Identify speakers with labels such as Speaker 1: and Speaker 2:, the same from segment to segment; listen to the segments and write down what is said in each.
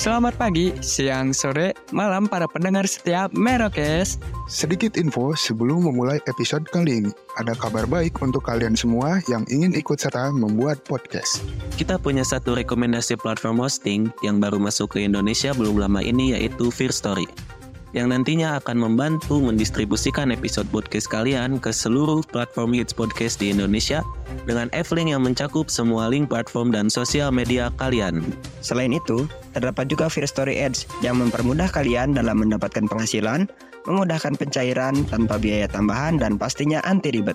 Speaker 1: Selamat pagi, siang, sore, malam para pendengar setiap Merokes.
Speaker 2: Sedikit info sebelum memulai episode kali ini. Ada kabar baik untuk kalian semua yang ingin ikut serta membuat podcast.
Speaker 3: Kita punya satu rekomendasi platform hosting yang baru masuk ke Indonesia belum lama ini yaitu Fear Story yang nantinya akan membantu mendistribusikan episode podcast kalian ke seluruh platform hits podcast di Indonesia dengan F-Link yang mencakup semua link platform dan sosial media kalian.
Speaker 4: Selain itu, terdapat juga Fear Story Ads yang mempermudah kalian dalam mendapatkan penghasilan, memudahkan pencairan tanpa biaya tambahan dan pastinya anti ribet.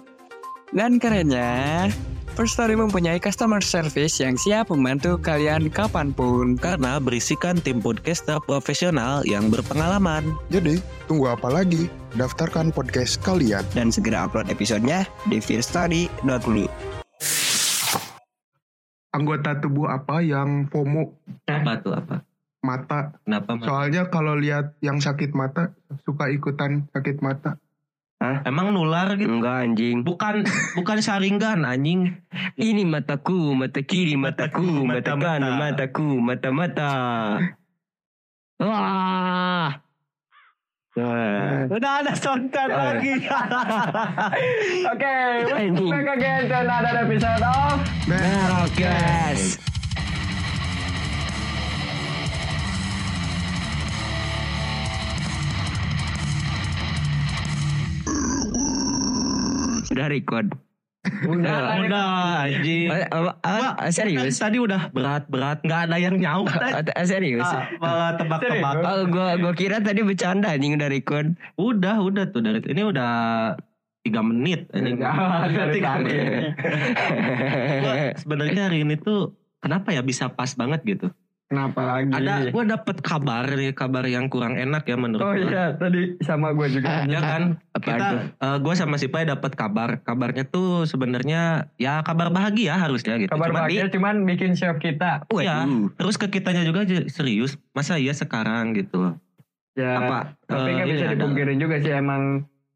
Speaker 1: Dan kerennya, First Story mempunyai customer service yang siap membantu kalian kapanpun.
Speaker 3: Karena berisikan tim podcaster profesional yang berpengalaman.
Speaker 2: Jadi, tunggu apa lagi? Daftarkan podcast kalian.
Speaker 4: Dan segera upload episodenya di fearstory.me.
Speaker 2: Anggota tubuh apa yang FOMO?
Speaker 3: Apa tuh apa?
Speaker 2: Mata.
Speaker 3: Kenapa? Mas?
Speaker 2: Soalnya kalau lihat yang sakit mata, suka ikutan sakit mata.
Speaker 3: Emang nular gitu?
Speaker 4: Enggak anjing.
Speaker 3: Bukan bukan saringan anjing.
Speaker 4: Ini mataku, mata kiri, mataku, mata kanan, mataku, mata mata. Wah.
Speaker 3: Udah ada soundtrack lagi.
Speaker 5: Okay, welcome back again to another episode of
Speaker 4: Merokes. Sudah record.
Speaker 3: Udah, udah anjing.
Speaker 4: Eh, apa- apa- serius?
Speaker 3: Tadi udah berat-berat, nggak ada yang nyaut.
Speaker 4: Ah,
Speaker 3: kan?
Speaker 4: ah, serius?
Speaker 3: Malah tebak-tebak.
Speaker 4: Oh, gua gua kira tadi bercanda anjing udah record.
Speaker 3: Udah, udah tuh dari ini udah tiga menit. anjing. Udah tiga menit. Gua Sebenarnya hari ini tuh kenapa ya bisa pas banget gitu?
Speaker 5: Kenapa lagi?
Speaker 3: Ada gue dapet kabar nih kabar yang kurang enak ya menurut
Speaker 5: iya. Oh
Speaker 3: gua.
Speaker 5: iya, tadi sama gue
Speaker 1: Ah,
Speaker 5: juga.
Speaker 3: Ya kan, kita,
Speaker 4: Apaan
Speaker 3: gue sama si Pai dapat kabar. Kabarnya tuh sebenarnya ya kabar bahagia harusnya gitu.
Speaker 5: Kabar
Speaker 3: Cuman
Speaker 5: bahagia
Speaker 3: di-
Speaker 5: cuman bikin shock kita.
Speaker 4: tuh?
Speaker 3: Iya.
Speaker 4: Waduh.
Speaker 3: terus ke kitanya juga j- serius. Masa iya sekarang gitu loh.
Speaker 5: Ya,
Speaker 3: Apa?
Speaker 5: Tapi nggak
Speaker 3: eh, ini
Speaker 5: bisa
Speaker 1: iya,
Speaker 3: ada-
Speaker 5: dipungkirin juga sih emang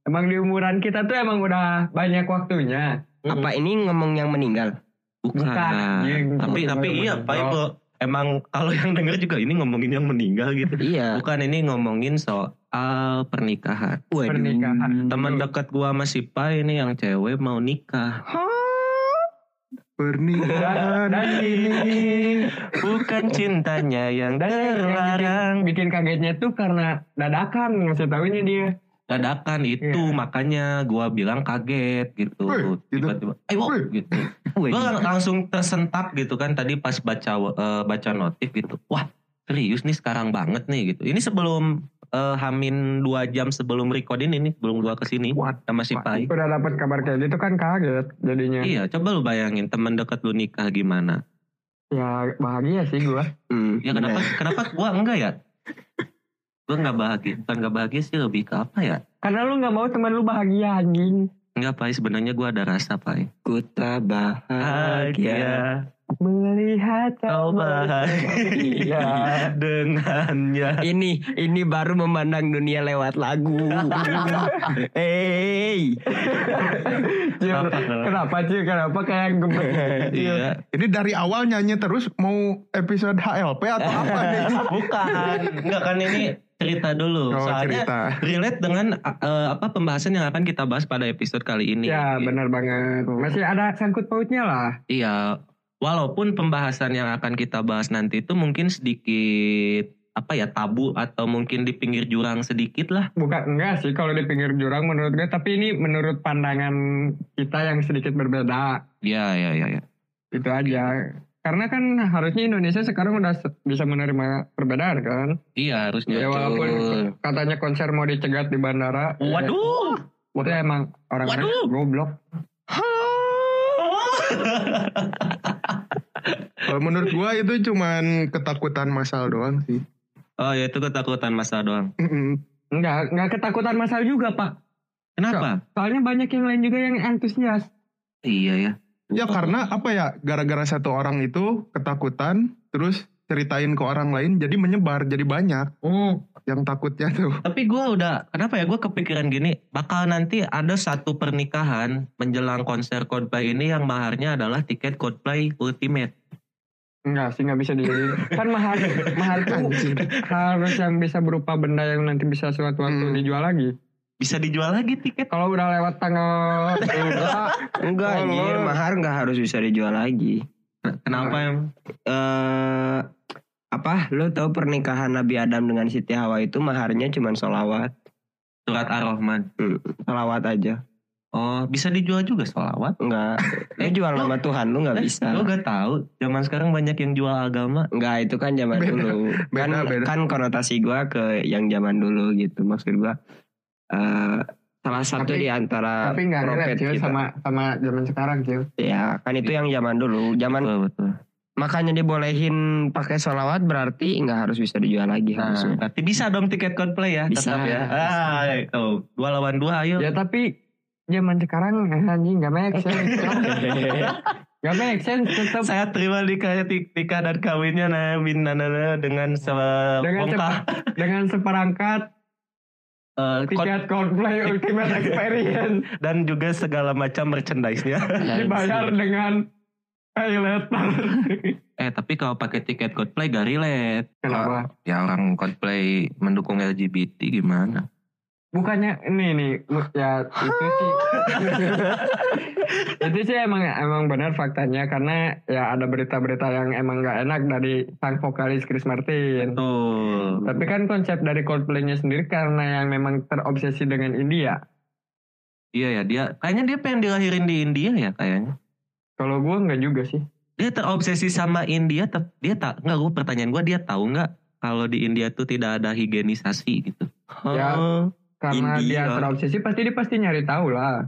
Speaker 5: emang di umuran kita tuh emang udah banyak waktunya.
Speaker 4: Apa ini ngomong yang meninggal?
Speaker 3: Bukan.
Speaker 5: Bukan, anjing.
Speaker 3: Tapi tapi
Speaker 5: Bukan.
Speaker 3: iya Pai kok emang kalau yang denger juga ini ngomongin yang meninggal gitu.
Speaker 4: Iya.
Speaker 3: Bukan ini ngomongin soal pernikahan.
Speaker 5: Pernikahan.
Speaker 3: Teman dekat gua sama si Pai ini yang cewek mau nikah.
Speaker 5: Dan,
Speaker 2: Pernikahan.
Speaker 5: dan ini
Speaker 3: Bukan cintanya yang
Speaker 5: dan yang bikin,
Speaker 3: terlarang.
Speaker 5: bikin kagetnya tuh karena dadakan ngasih tahunya dia.
Speaker 3: Dadakan itu
Speaker 5: Iya.
Speaker 3: makanya gua bilang kaget
Speaker 2: Wih,
Speaker 3: gitu.
Speaker 2: gitu.
Speaker 3: Tiba-tiba ayo
Speaker 2: Wih.
Speaker 3: gitu.
Speaker 4: Wih.
Speaker 3: Gua lang- langsung tersentak gitu kan tadi pas baca eh, baca notif gitu. Wah, serius nih sekarang banget nih gitu. Ini sebelum eh, Hamin dua jam sebelum recording ini sebelum gua kesini
Speaker 5: What?
Speaker 3: sama si Pai.
Speaker 5: Udah dapat kabar kayak gitu kan kaget
Speaker 2: ya.
Speaker 5: jadinya.
Speaker 3: Iya, coba lu bayangin teman dekat lu nikah gimana?
Speaker 5: Ya bahagia sih gue.
Speaker 4: Hmm,
Speaker 3: Ya kenapa kenapa gua enggak ya? Gua enggak bahagia, bukan enggak bahagia sih lebih ke apa ya?
Speaker 5: Karena lu nggak mau teman lu bahagia anjing.
Speaker 3: Enggak Pai, sebenarnya gua ada rasa Pai.
Speaker 4: Ku tak bahagia.
Speaker 5: Melihat
Speaker 3: kau bahagia dengannya.
Speaker 4: Iya. Ini ini baru memandang dunia lewat lagu. hey,
Speaker 5: Cil,
Speaker 3: Kenapa?
Speaker 5: kenapa Cil? Kenapa kayak gemes?
Speaker 3: Iya.
Speaker 2: Ini dari awal nyanyi terus mau episode HLP atau apa nih?
Speaker 3: Bukan, enggak kan ini cerita
Speaker 2: Oh,
Speaker 3: dulu. Soalnya
Speaker 2: cerita.
Speaker 3: relate dengan eh, apa pembahasan yang akan kita bahas pada episode kali ini. Gitu.
Speaker 5: ya benar banget. Masih ada sangkut pautnya lah.
Speaker 3: Iya, walaupun pembahasan yang akan kita bahas nanti itu mungkin sedikit apa ya tabu atau mungkin di pinggir jurang sedikit lah.
Speaker 5: Bukan enggak sih kalau di pinggir jurang menurut gue. Tapi ini menurut pandangan kita yang sedikit berbeda.
Speaker 3: Iya, iya, iya. Ya.
Speaker 5: Itu aja. Karena kan harusnya Indonesia sekarang udah se- bisa menerima perbedaan kan.
Speaker 6: Iya harusnya.
Speaker 5: Ya walaupun
Speaker 6: Betul.
Speaker 5: katanya konser mau dicegat di bandara.
Speaker 6: Waduh.
Speaker 5: Itu emang orang-orang
Speaker 6: Waduh.
Speaker 5: goblok.
Speaker 2: Kalau menurut gua itu cuman ketakutan masal doang sih.
Speaker 3: Oh ya itu ketakutan masa doang.
Speaker 2: Mm-mm.
Speaker 5: Enggak, enggak ketakutan masal juga pak.
Speaker 3: Kenapa?
Speaker 5: Soalnya banyak yang lain juga yang antusias.
Speaker 6: Iya ya.
Speaker 2: Ya karena apa ya? Gara-gara satu orang itu ketakutan, terus ceritain ke orang lain, jadi menyebar, jadi banyak
Speaker 3: Hmm.
Speaker 2: yang takutnya tuh.
Speaker 3: Tapi gue udah kenapa ya gue kepikiran gini bakal nanti ada satu pernikahan menjelang konser Coldplay ini yang maharnya adalah tiket Coldplay Ultimate.
Speaker 5: Enggak sih, nggak bisa dijadiin. kan mahal, mahal tuh harus yang bisa berupa benda yang nanti bisa suatu waktu
Speaker 2: Hmm.
Speaker 5: dijual lagi.
Speaker 3: Bisa dijual lagi tiket.
Speaker 5: Kalau udah lewat tanggal enggak,
Speaker 7: Enggak,
Speaker 2: Oh,
Speaker 7: anjir,
Speaker 2: Lord.
Speaker 7: mahar enggak harus bisa dijual lagi.
Speaker 3: Kenapa em?
Speaker 7: Eh apa? Lo tahu pernikahan Nabi Adam dengan Siti Hawa itu maharnya cuman solawat,
Speaker 3: Surat Ar-Rahman.
Speaker 7: solawat aja.
Speaker 3: Oh bisa dijual juga solawat.
Speaker 7: Enggak, lo
Speaker 3: Eh,
Speaker 7: jual
Speaker 3: lo-
Speaker 7: nama Tuhan lo nggak bisa.
Speaker 3: Lo gak tahu zaman sekarang banyak yang jual agama.
Speaker 7: Enggak itu kan zaman
Speaker 2: Beda,
Speaker 7: dulu kan
Speaker 2: beda, beda.
Speaker 7: kan konotasi gua ke yang zaman dulu gitu maksud gua eh, salah satu
Speaker 5: Tapi-
Speaker 7: di antara
Speaker 5: tapi nggak relate
Speaker 7: profet
Speaker 5: Cil,
Speaker 7: kita
Speaker 5: sama sama zaman sekarang Cil.
Speaker 7: ya kan itu yang zaman dulu zaman
Speaker 3: Betul betul.
Speaker 7: makanya dibolehin pakai sholawat berarti nggak harus bisa dijual lagi
Speaker 3: Nah,
Speaker 7: harusnya
Speaker 3: berarti bisa dong tiket Coldplay ya?
Speaker 7: Bisa.
Speaker 3: Tetap ya. Ah, itu. Dua lawan dua ayo.
Speaker 5: Ya tapi zaman sekarang eh, anjing nggak make sense. Nggak make sense tetap
Speaker 3: Saya terima nikah, nikah dan kawinnya nah, min, nah, nah, nah, dengan se-
Speaker 5: Dengan
Speaker 3: bongkah.
Speaker 5: dengan seperangkat
Speaker 3: Eh,
Speaker 5: tiket Coldplay Ultimate Experience
Speaker 3: kon- dan juga segala macam merchandise-nya.
Speaker 5: dibayar dengan pay letter.
Speaker 3: eh, tapi kalau pakai tiket Coldplay gak relate.
Speaker 5: Kenapa?
Speaker 3: Ya orang Coldplay mendukung LGBT gimana?
Speaker 5: bukannya ini nih lu- ya itu sih itu sih emang emang benar faktanya karena ya ada berita-berita yang emang nggak enak dari sang vokalis Chris Martin
Speaker 3: Betul.
Speaker 5: tapi kan konsep dari Coldplay-nya sendiri karena yang memang terobsesi dengan India
Speaker 3: Iya ya, dia kayaknya dia pengen dilahirin di India ya kayaknya.
Speaker 5: kalau gue nggak juga sih
Speaker 3: Dia terobsesi sama India, tep- dia tak nggak gue pertanyaan gue dia tahu nggak kalau di India tuh tidak ada higienisasi gitu.
Speaker 5: Ya.
Speaker 3: Oh.
Speaker 5: karena
Speaker 3: India.
Speaker 5: dia terobsesi pasti dia pasti nyari tahu lah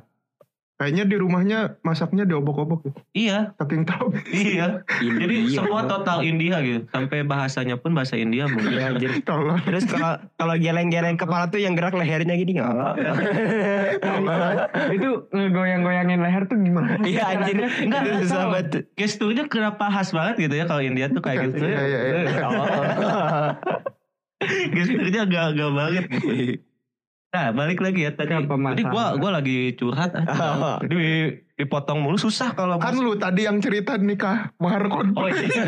Speaker 2: Kayaknya di rumahnya masaknya diobok-obok ya.
Speaker 3: Iya,
Speaker 2: Saking tahu.
Speaker 3: Iya. Jadi semua total India gitu. Sampai bahasanya pun bahasa India mungkin.
Speaker 7: Ya, anjir.
Speaker 2: Tolong.
Speaker 7: terus kalau kalau geleng-geleng kepala tuh yang gerak lehernya gini nggak
Speaker 5: itu ngegoyang-goyangin leher tuh gimana
Speaker 7: iya anjir
Speaker 3: Enggak,
Speaker 7: Itu susah
Speaker 3: sahabat.
Speaker 7: banget
Speaker 3: Gesturnya kenapa khas banget gitu ya kalau India tuh kayak gitu.
Speaker 2: Iya, iya, iya.
Speaker 3: Gesturnya agak-agak banget gitu. Nah, balik lagi ya tadi.
Speaker 5: Kenapa
Speaker 3: Tadi gua
Speaker 5: masalah?
Speaker 3: gua lagi curhat. ah. Di dipotong mulu susah kalau
Speaker 2: Kan
Speaker 3: masuk.
Speaker 2: lu tadi yang cerita nikah mahar kon.
Speaker 3: Oh, iya.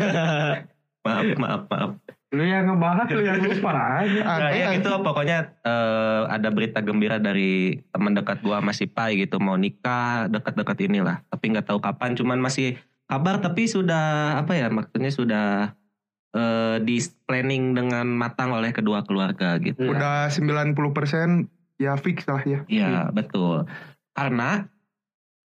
Speaker 3: maaf, maaf, maaf.
Speaker 5: lu yang ngebahas lu yang lupa aja
Speaker 3: Nah, ya gitu pokoknya eh, ada berita gembira dari teman dekat gua masih pai gitu mau nikah dekat-dekat inilah tapi nggak tahu kapan cuman masih kabar tapi sudah apa ya maksudnya sudah eh, di planning dengan matang oleh kedua keluarga gitu
Speaker 2: Udah 90% ya fix lah ya.
Speaker 3: Iya
Speaker 5: Hmm.
Speaker 3: betul karena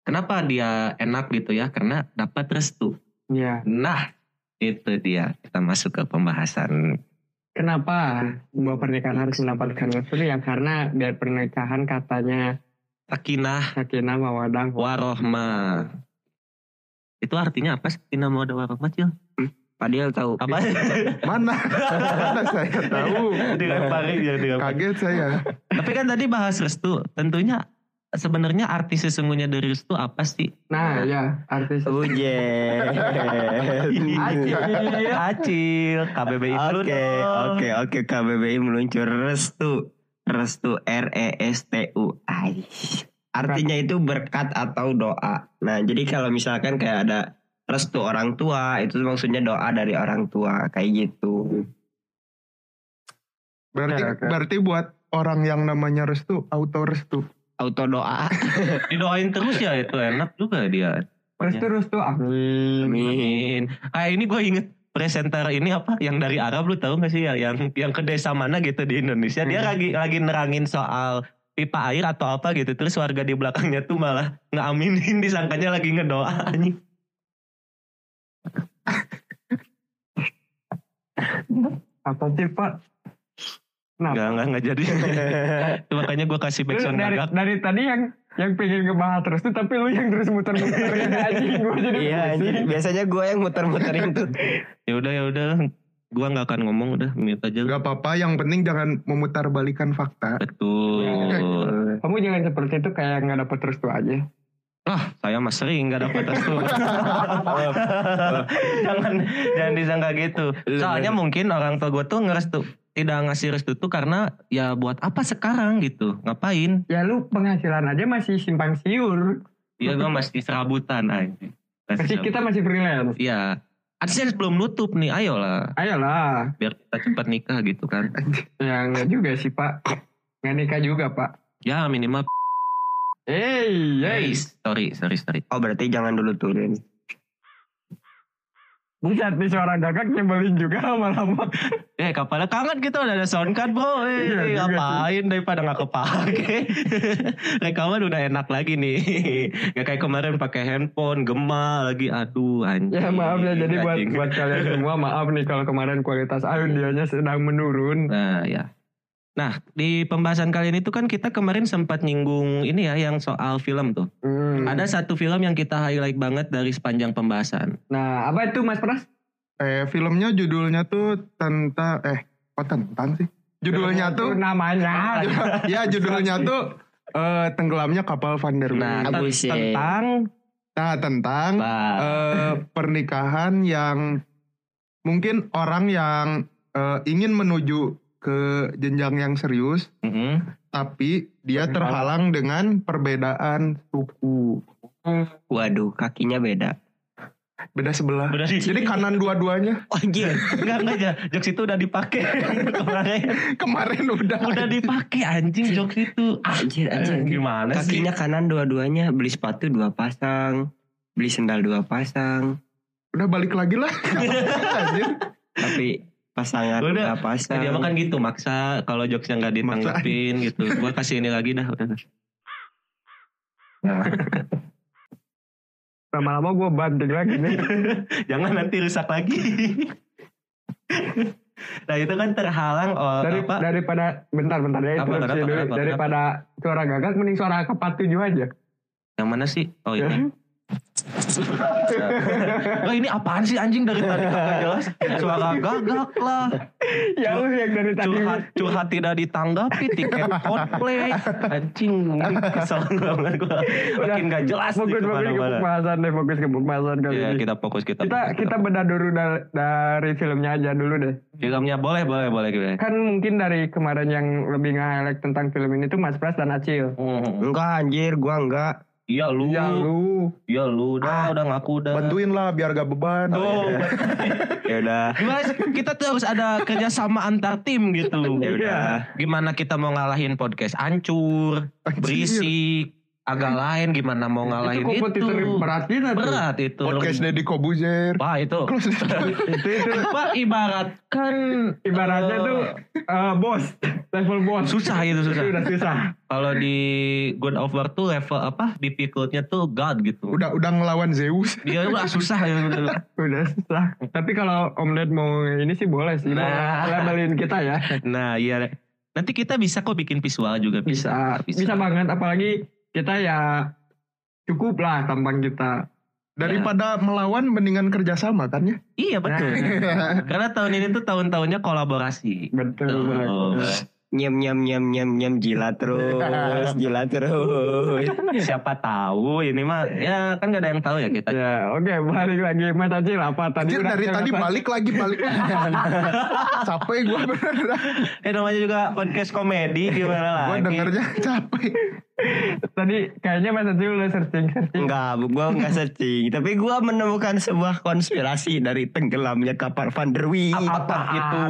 Speaker 3: kenapa dia enak gitu ya karena dapat restu
Speaker 5: Iya.
Speaker 3: nah itu dia kita masuk ke pembahasan
Speaker 5: Kenapa sebuah pernikahan harus mendapatkan restu yang karena biar pernikahan katanya
Speaker 3: sakinah
Speaker 5: sakinah mawadah
Speaker 3: warohmah itu artinya apa sakinah mau ada warohmah Cil?
Speaker 5: Hmm?
Speaker 7: Padahal tahu
Speaker 3: apa
Speaker 2: Mana? Mana saya tahu.
Speaker 3: dilemparin ya dilemparin.
Speaker 2: Kaget saya.
Speaker 3: tapi kan tadi bahas restu tentunya sebenarnya arti sesungguhnya dari restu apa sih
Speaker 5: Nah, ya artis
Speaker 7: Oh, Ujet.
Speaker 3: ya.
Speaker 5: Acil.
Speaker 3: acil KBBI dulu
Speaker 7: Oke,
Speaker 3: dong.
Speaker 7: oke, oke KBBI meluncur restu. Restu R E S T U. Aish. Artinya itu berkat atau doa. Nah, jadi kalau misalkan kayak ada restu orang tua, itu maksudnya doa dari orang tua kayak gitu.
Speaker 2: Berarti
Speaker 5: Oke, oke.
Speaker 2: berarti buat orang yang namanya restu, auto restu.
Speaker 7: Auto doa.
Speaker 3: didoain terus ya itu enak juga dia
Speaker 5: restu restu amin.
Speaker 3: Amin. Ah ini gue inget presenter ini apa yang dari Arab lu tahu gak sih yang yang, yang ke desa mana gitu di Indonesia dia
Speaker 5: Hmm.
Speaker 3: lagi lagi nerangin soal pipa air atau apa gitu terus warga di belakangnya tuh malah ngeaminin disangkanya lagi ngedoa anjing.
Speaker 5: Apa sih Pak? Kenapa?
Speaker 3: Enggak, enggak, enggak jadi. Itu Makanya gue kasih
Speaker 5: Lu
Speaker 3: backsound
Speaker 5: dari,
Speaker 3: gagak.
Speaker 5: dari tadi yang yang pengen ngebahas terus tuh tapi lu yang terus muter-muter ya anjing gue jadi
Speaker 7: Iya, ini
Speaker 5: pusing.
Speaker 7: biasanya gue yang muter-muterin tuh.
Speaker 3: Ya udah, ya udah. Gue nggak akan ngomong udah, mute aja.
Speaker 2: Gak apa-apa, yang penting jangan memutar balikan fakta.
Speaker 3: Betul.
Speaker 5: Kamu jangan seperti itu kayak nggak dapet terus tuh aja.
Speaker 3: Lah, saya mah sering nggak dapat restu. jangan jangan disangka gitu.
Speaker 5: Iya,
Speaker 3: Soalnya mungkin orang tua gue tuh ngerestu tidak ngasih restu tuh karena ya buat apa sekarang gitu ngapain
Speaker 5: Ya lu penghasilan aja masih simpang siur.
Speaker 3: ya gue masih serabutan aja
Speaker 5: Masih kita masih freelance.
Speaker 3: Iya. Adsense belum nutup nih, ayolah.
Speaker 5: Ayolah,
Speaker 3: Biar kita cepat nikah gitu kan.
Speaker 5: ya nggak juga sih Pak. Nggak nikah juga Pak.
Speaker 3: Ya minimal.
Speaker 5: Hey, ya. hey.
Speaker 3: Guys, sorry, sorry, sorry.
Speaker 7: Oh berarti jangan dulu turin.
Speaker 5: Buset nih suara gagak nyebelin juga lama-lama.
Speaker 3: Eh, kepala kangen kita udah ada sound card, bro. Eh,
Speaker 5: Iya, juga
Speaker 3: ngapain daripada nggak kepake. Rekaman udah enak lagi nih. Gak kayak kemarin pakai handphone, gema lagi. Aduh, anjing.
Speaker 5: Ya maaf ya jadi buat
Speaker 3: Anjing.
Speaker 5: buat kalian semua maaf nih kalau kemarin kualitas audionya sedang menurun.
Speaker 3: Nah, ya. Nah, di pembahasan kalian itu kan kita kemarin sempat nyinggung ini ya yang soal film tuh.
Speaker 5: Hmm.
Speaker 3: Ada satu film yang kita highlight banget dari sepanjang pembahasan.
Speaker 5: Nah, apa itu Mas Pras?
Speaker 2: Eh, filmnya judulnya tuh tentang eh kok tentang sih? Judulnya
Speaker 5: Itu
Speaker 2: tuh
Speaker 5: namanya.
Speaker 2: ya judulnya tuh eh, tenggelamnya kapal Van der Weyden.
Speaker 3: Nah, ten-
Speaker 7: Abuset.
Speaker 3: tentang
Speaker 2: Nah, tentang
Speaker 3: Bah.
Speaker 2: eh, pernikahan yang mungkin orang yang eh, ingin menuju ke jenjang yang serius,
Speaker 3: Mm-mm.
Speaker 2: tapi dia terhalang dengan perbedaan suku,
Speaker 7: Waduh, kakinya beda.
Speaker 2: beda sebelah.
Speaker 3: Udah sih.
Speaker 2: Jadi kanan dua-duanya
Speaker 7: Oh anjir.
Speaker 3: Enggak enggak aja. Jokes itu udah dipakai kemarin.
Speaker 2: kemarin udah.
Speaker 3: Udah dipakai anjing jokes itu. Ah,
Speaker 7: Anjir, anjir.
Speaker 3: Iya. Gimana sih?
Speaker 7: Kakinya kanan dua-duanya, beli sepatu dua pasang, beli sendal dua pasang,
Speaker 2: Udah balik lagi lah. Anjir.
Speaker 7: tapi pasangan
Speaker 3: Udah.
Speaker 7: dua pasang.
Speaker 3: Dia makan gitu maksa kalau jokesnya nggak ditanggapin gitu. Gua kasih ini lagi dah udah.
Speaker 5: Lama-lama gue banting lagi nih.
Speaker 3: Jangan nanti rusak lagi. nah itu kan terhalang oleh
Speaker 5: Dari,
Speaker 3: apa?
Speaker 5: daripada bentar bentar ya
Speaker 3: Apa,
Speaker 5: interupsi
Speaker 3: kenapa,
Speaker 5: dulu.
Speaker 3: kenapa,
Speaker 5: daripada suara gagak mending suara kepat tujuh aja.
Speaker 3: Yang mana sih? Oh ini. oh ini apaan sih anjing dari tadi kagak jelas suara gagak lah
Speaker 5: ya lu yang dari tadi.
Speaker 3: curhat curhat tidak ditanggapi tiket Coldplay anjing kesel banget gua makin gak jelas nih
Speaker 5: Fokus fokus ke
Speaker 3: kemana-mana
Speaker 5: pembahasan deh, fokus ke pembahasan kali
Speaker 3: ya
Speaker 5: ini.
Speaker 3: kita fokus kita
Speaker 5: Kita
Speaker 3: fokus,
Speaker 5: kita bedah dulu da- dari filmnya aja dulu deh.
Speaker 3: fokus. filmnya Iya, boleh boleh boleh gitu
Speaker 5: Kan mungkin dari kemarin yang lebih nge-highlight tentang film ini tuh Mas Pras dan Acil.
Speaker 7: Enggak anjir, gua enggak.
Speaker 3: Hmm. iya lu
Speaker 5: Ya lu.
Speaker 3: iya lu udah udah ngaku udah Oh, iya.
Speaker 2: Bantuin lah biar gak beban.
Speaker 3: Tuh.
Speaker 7: Ya udah.
Speaker 3: Gimana sih? kita tuh harus ada kerjasama antar tim gitu.
Speaker 7: Ya udah.
Speaker 3: Gimana kita mau ngalahin podcast ancur,
Speaker 2: Anjir.
Speaker 3: berisik, agak lain gimana mau ngalahin
Speaker 5: Itu
Speaker 3: itu.
Speaker 5: kompetitor berat kita tuh.
Speaker 3: gitu. Berat itu.
Speaker 2: Podcast Deddy Kobuzer.
Speaker 3: Wah itu.
Speaker 5: Itu itu
Speaker 3: Pak ibaratkan
Speaker 5: ibaratnya
Speaker 3: eh,
Speaker 5: tuh eh, bos, level bos.
Speaker 3: Oh, susah itu susah.
Speaker 5: Itu udah susah.
Speaker 3: Kalau di God of War tuh level apa? Difficultnya tuh God gitu.
Speaker 2: Udah udah ngelawan Zeus.
Speaker 3: Dia udah susah ya. bener-bener.
Speaker 5: Udah susah. Tapi kalau Om Ded mau ini sih boleh sih. Mau
Speaker 3: Nah.
Speaker 5: labelin kita ya.
Speaker 3: Nah, iya. Nanti kita bisa kok bikin visual juga
Speaker 5: Bisa. Bisa, banget. Apalagi kita ya cukup lah tampang kita. Ya.
Speaker 2: Daripada melawan mendingan kerjasama kan ya.
Speaker 3: Iya betul. Karena tahun ini tuh tahun-tahunnya kolaborasi.
Speaker 5: Betul banget.
Speaker 3: Oh,
Speaker 7: Nyem nyem nyem nyem nyem jilat terus, jilat terus.
Speaker 3: siapa tahu ini mah ya kan gak ada yang tahu ya kita.
Speaker 5: Ya oke balik lagi Mas Acil apa tadi
Speaker 2: Anjir,
Speaker 5: udah
Speaker 2: dari tadi
Speaker 5: kenapa?
Speaker 2: balik lagi balik. capek gue beneran.
Speaker 3: Eh namanya juga podcast komedi gimana
Speaker 2: Gue
Speaker 3: lagi.
Speaker 2: dengernya capek.
Speaker 5: Tadi kayaknya Mas Acil udah searching searching.
Speaker 7: Enggak, gua enggak searching. Tapi gua menemukan sebuah konspirasi dari tenggelamnya kapal Van der Wijk.
Speaker 3: Apa itu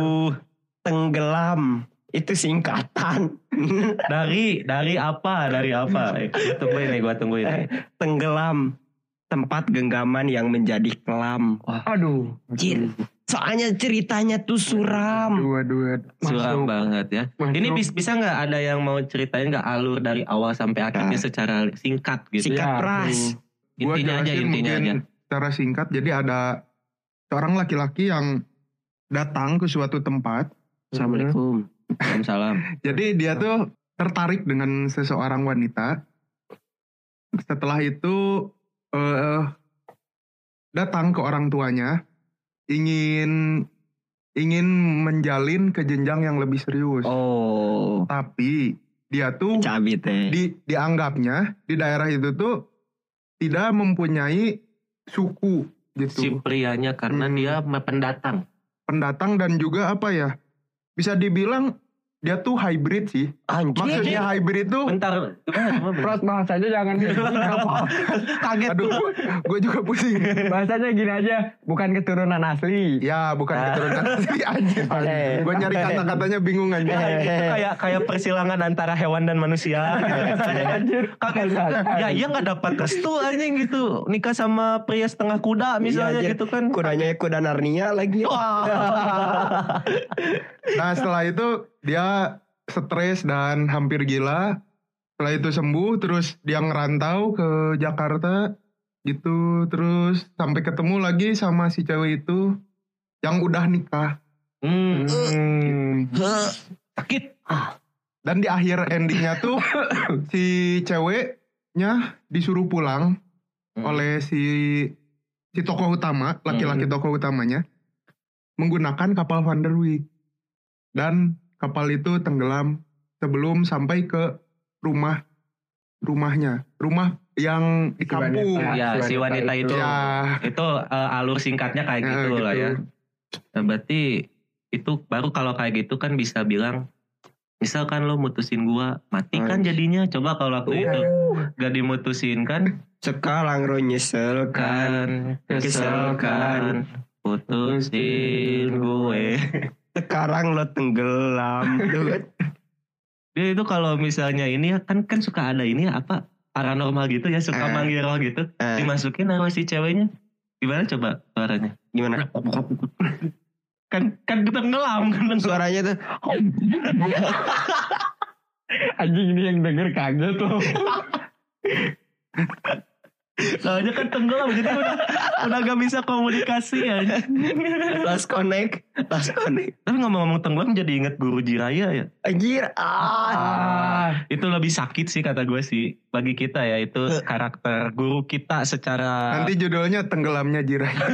Speaker 7: Tenggelam. Itu singkatan.
Speaker 3: dari dari apa dari apa? Eh, Gua tungguin nih, gua tungguin. nih.
Speaker 7: tenggelam. Tempat genggaman yang menjadi kelam.
Speaker 5: Aduh.
Speaker 7: Anjir. Soalnya ceritanya tuh suram.
Speaker 5: Dua dua.
Speaker 3: Suram banget ya. Ini bis- bisa nggak ada yang mau ceritain nggak alur dari awal sampai akhirnya secara Nah. singkat gitu?
Speaker 7: Singkat
Speaker 5: Ya,
Speaker 7: pras.
Speaker 2: Gua
Speaker 3: Intinya aja
Speaker 2: jelasin
Speaker 3: intinya
Speaker 2: mungkin
Speaker 3: aja.
Speaker 2: Secara singkat jadi ada seorang laki-laki yang datang ke suatu tempat
Speaker 8: Assalamualaikum. Waalaikumsalam.
Speaker 2: Jadi dia tuh tertarik dengan seseorang wanita. Setelah itu eh datang ke orang tuanya ingin ingin menjalin ke jenjang yang lebih serius.
Speaker 7: Oh,
Speaker 2: Tapi dia tuh
Speaker 7: cabit ya. teh.
Speaker 2: di dianggapnya di daerah itu tuh tidak mempunyai suku gitu.
Speaker 8: Si prianya karena
Speaker 2: Hmm.
Speaker 8: dia pendatang.
Speaker 2: Pendatang dan juga apa ya? Bisa dibilang dia tuh hybrid sih. Maksudnya hybrid tuh
Speaker 8: Bentar.
Speaker 5: Pros bahasanya jangan
Speaker 2: kaget
Speaker 3: Gitu.
Speaker 2: Aduh, gue juga pusing.
Speaker 5: bahasanya gini aja, bukan keturunan asli.
Speaker 2: Ya, bukan keturunan asli anjir. Gue nyari kata-katanya bingung anjir.
Speaker 3: itu kayak kayak persilangan antara hewan dan manusia
Speaker 5: Anjir,
Speaker 3: Kagak- ya iya nggak dapat restu anjing gitu nikah sama pria setengah kuda misalnya
Speaker 7: Iya, anjir.
Speaker 3: gitu kan
Speaker 7: Kudanya kuda Narnia lagi.
Speaker 3: Wah.
Speaker 2: Nah, setelah itu dia stres dan hampir gila. Setelah itu sembuh, terus dia ngerantau ke Jakarta gitu. Terus sampai ketemu lagi sama si cewek itu yang udah nikah.
Speaker 3: Hmm.
Speaker 2: Dan di akhir endingnya tuh si ceweknya disuruh pulang
Speaker 7: Hmm.
Speaker 2: oleh si si tokoh utama,
Speaker 7: Hmm.
Speaker 2: laki-laki tokoh utamanya menggunakan kapal Van der Wijk. Dan kapal itu tenggelam sebelum sampai ke rumah rumahnya, rumah yang di kampung.
Speaker 5: wanita.
Speaker 3: ya si wanita
Speaker 7: Iya.
Speaker 3: itu
Speaker 2: Ya,
Speaker 3: itu eh, alur singkatnya kayak
Speaker 2: Ya,
Speaker 3: gitu, lah
Speaker 2: gitu.
Speaker 3: ya Nah, berarti itu baru kalau kayak gitu kan bisa bilang misalkan lo mutusin gua mati kan jadinya coba kalau waktu itu gak dimutusin kan
Speaker 7: Sekarang ro nyesel kan.
Speaker 3: kan
Speaker 7: kesel kan.
Speaker 3: putusin gue
Speaker 7: Sekarang lo tenggelam. Duh,
Speaker 3: dia itu kalau misalnya ini ya, kan kan suka ada ini ya, apa paranormal gitu ya suka
Speaker 7: Eh.
Speaker 3: manggil roh gitu
Speaker 7: Eh.
Speaker 3: dimasukin sama si ceweknya gimana coba suaranya
Speaker 7: Gimana?
Speaker 3: kan kan tenggelam kan tenggelam.
Speaker 7: Suaranya tuh
Speaker 5: anjing ini yang denger kaget loh.
Speaker 3: soalnya kan tenggelam jadi udah udah gak bisa komunikasi ya
Speaker 7: last connect, last connect.
Speaker 3: tapi ngomong-ngomong tenggelam jadi inget guru jiraya ya
Speaker 7: Anjir.
Speaker 5: Ah,
Speaker 7: Ah.
Speaker 3: itu lebih sakit sih kata gue sih bagi kita ya itu
Speaker 7: Eh.
Speaker 3: karakter guru kita secara
Speaker 2: nanti judulnya tenggelamnya Jiraiya.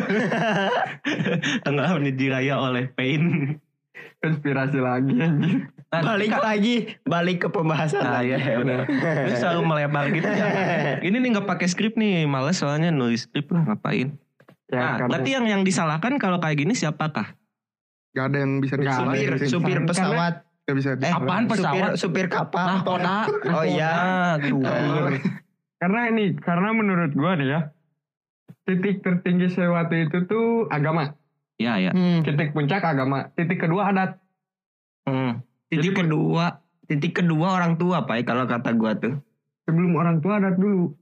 Speaker 3: tenggelam di jiraya oleh pain
Speaker 5: konspirasi lagi anjir.
Speaker 7: Balik lagi, balik ke pembahasan
Speaker 3: Nah,
Speaker 7: lagi.
Speaker 3: iya, benar. Terus selalu melebar gitu ya. Ini nih nggak pakai skrip nih, males soalnya nulis skrip lah ngapain.
Speaker 5: Ya,
Speaker 3: Nah,
Speaker 5: karena-
Speaker 3: berarti yang yang disalahkan kalau kayak gini siapakah?
Speaker 2: Gak ada yang bisa
Speaker 5: Nggak
Speaker 2: disalahin
Speaker 7: supir,
Speaker 2: sih.
Speaker 7: supir
Speaker 5: Karena-
Speaker 7: pesawat.
Speaker 2: Nggak bisa.
Speaker 7: Eh,
Speaker 3: Apaan pesawat?
Speaker 7: Supir, supir kapal.
Speaker 3: Nahkoda.
Speaker 7: Oh iya.
Speaker 3: Nah, gitu.
Speaker 5: karena ini, karena menurut gua nih ya, titik tertinggi sesuatu itu tuh agama.
Speaker 3: Ya, ya.
Speaker 5: Titik puncak agama, titik kedua adat.
Speaker 3: Hmm.
Speaker 7: Titik kedua, titik kedua orang tua, Pak, kalau kata gua tuh.
Speaker 5: Sebelum orang tua adat dulu.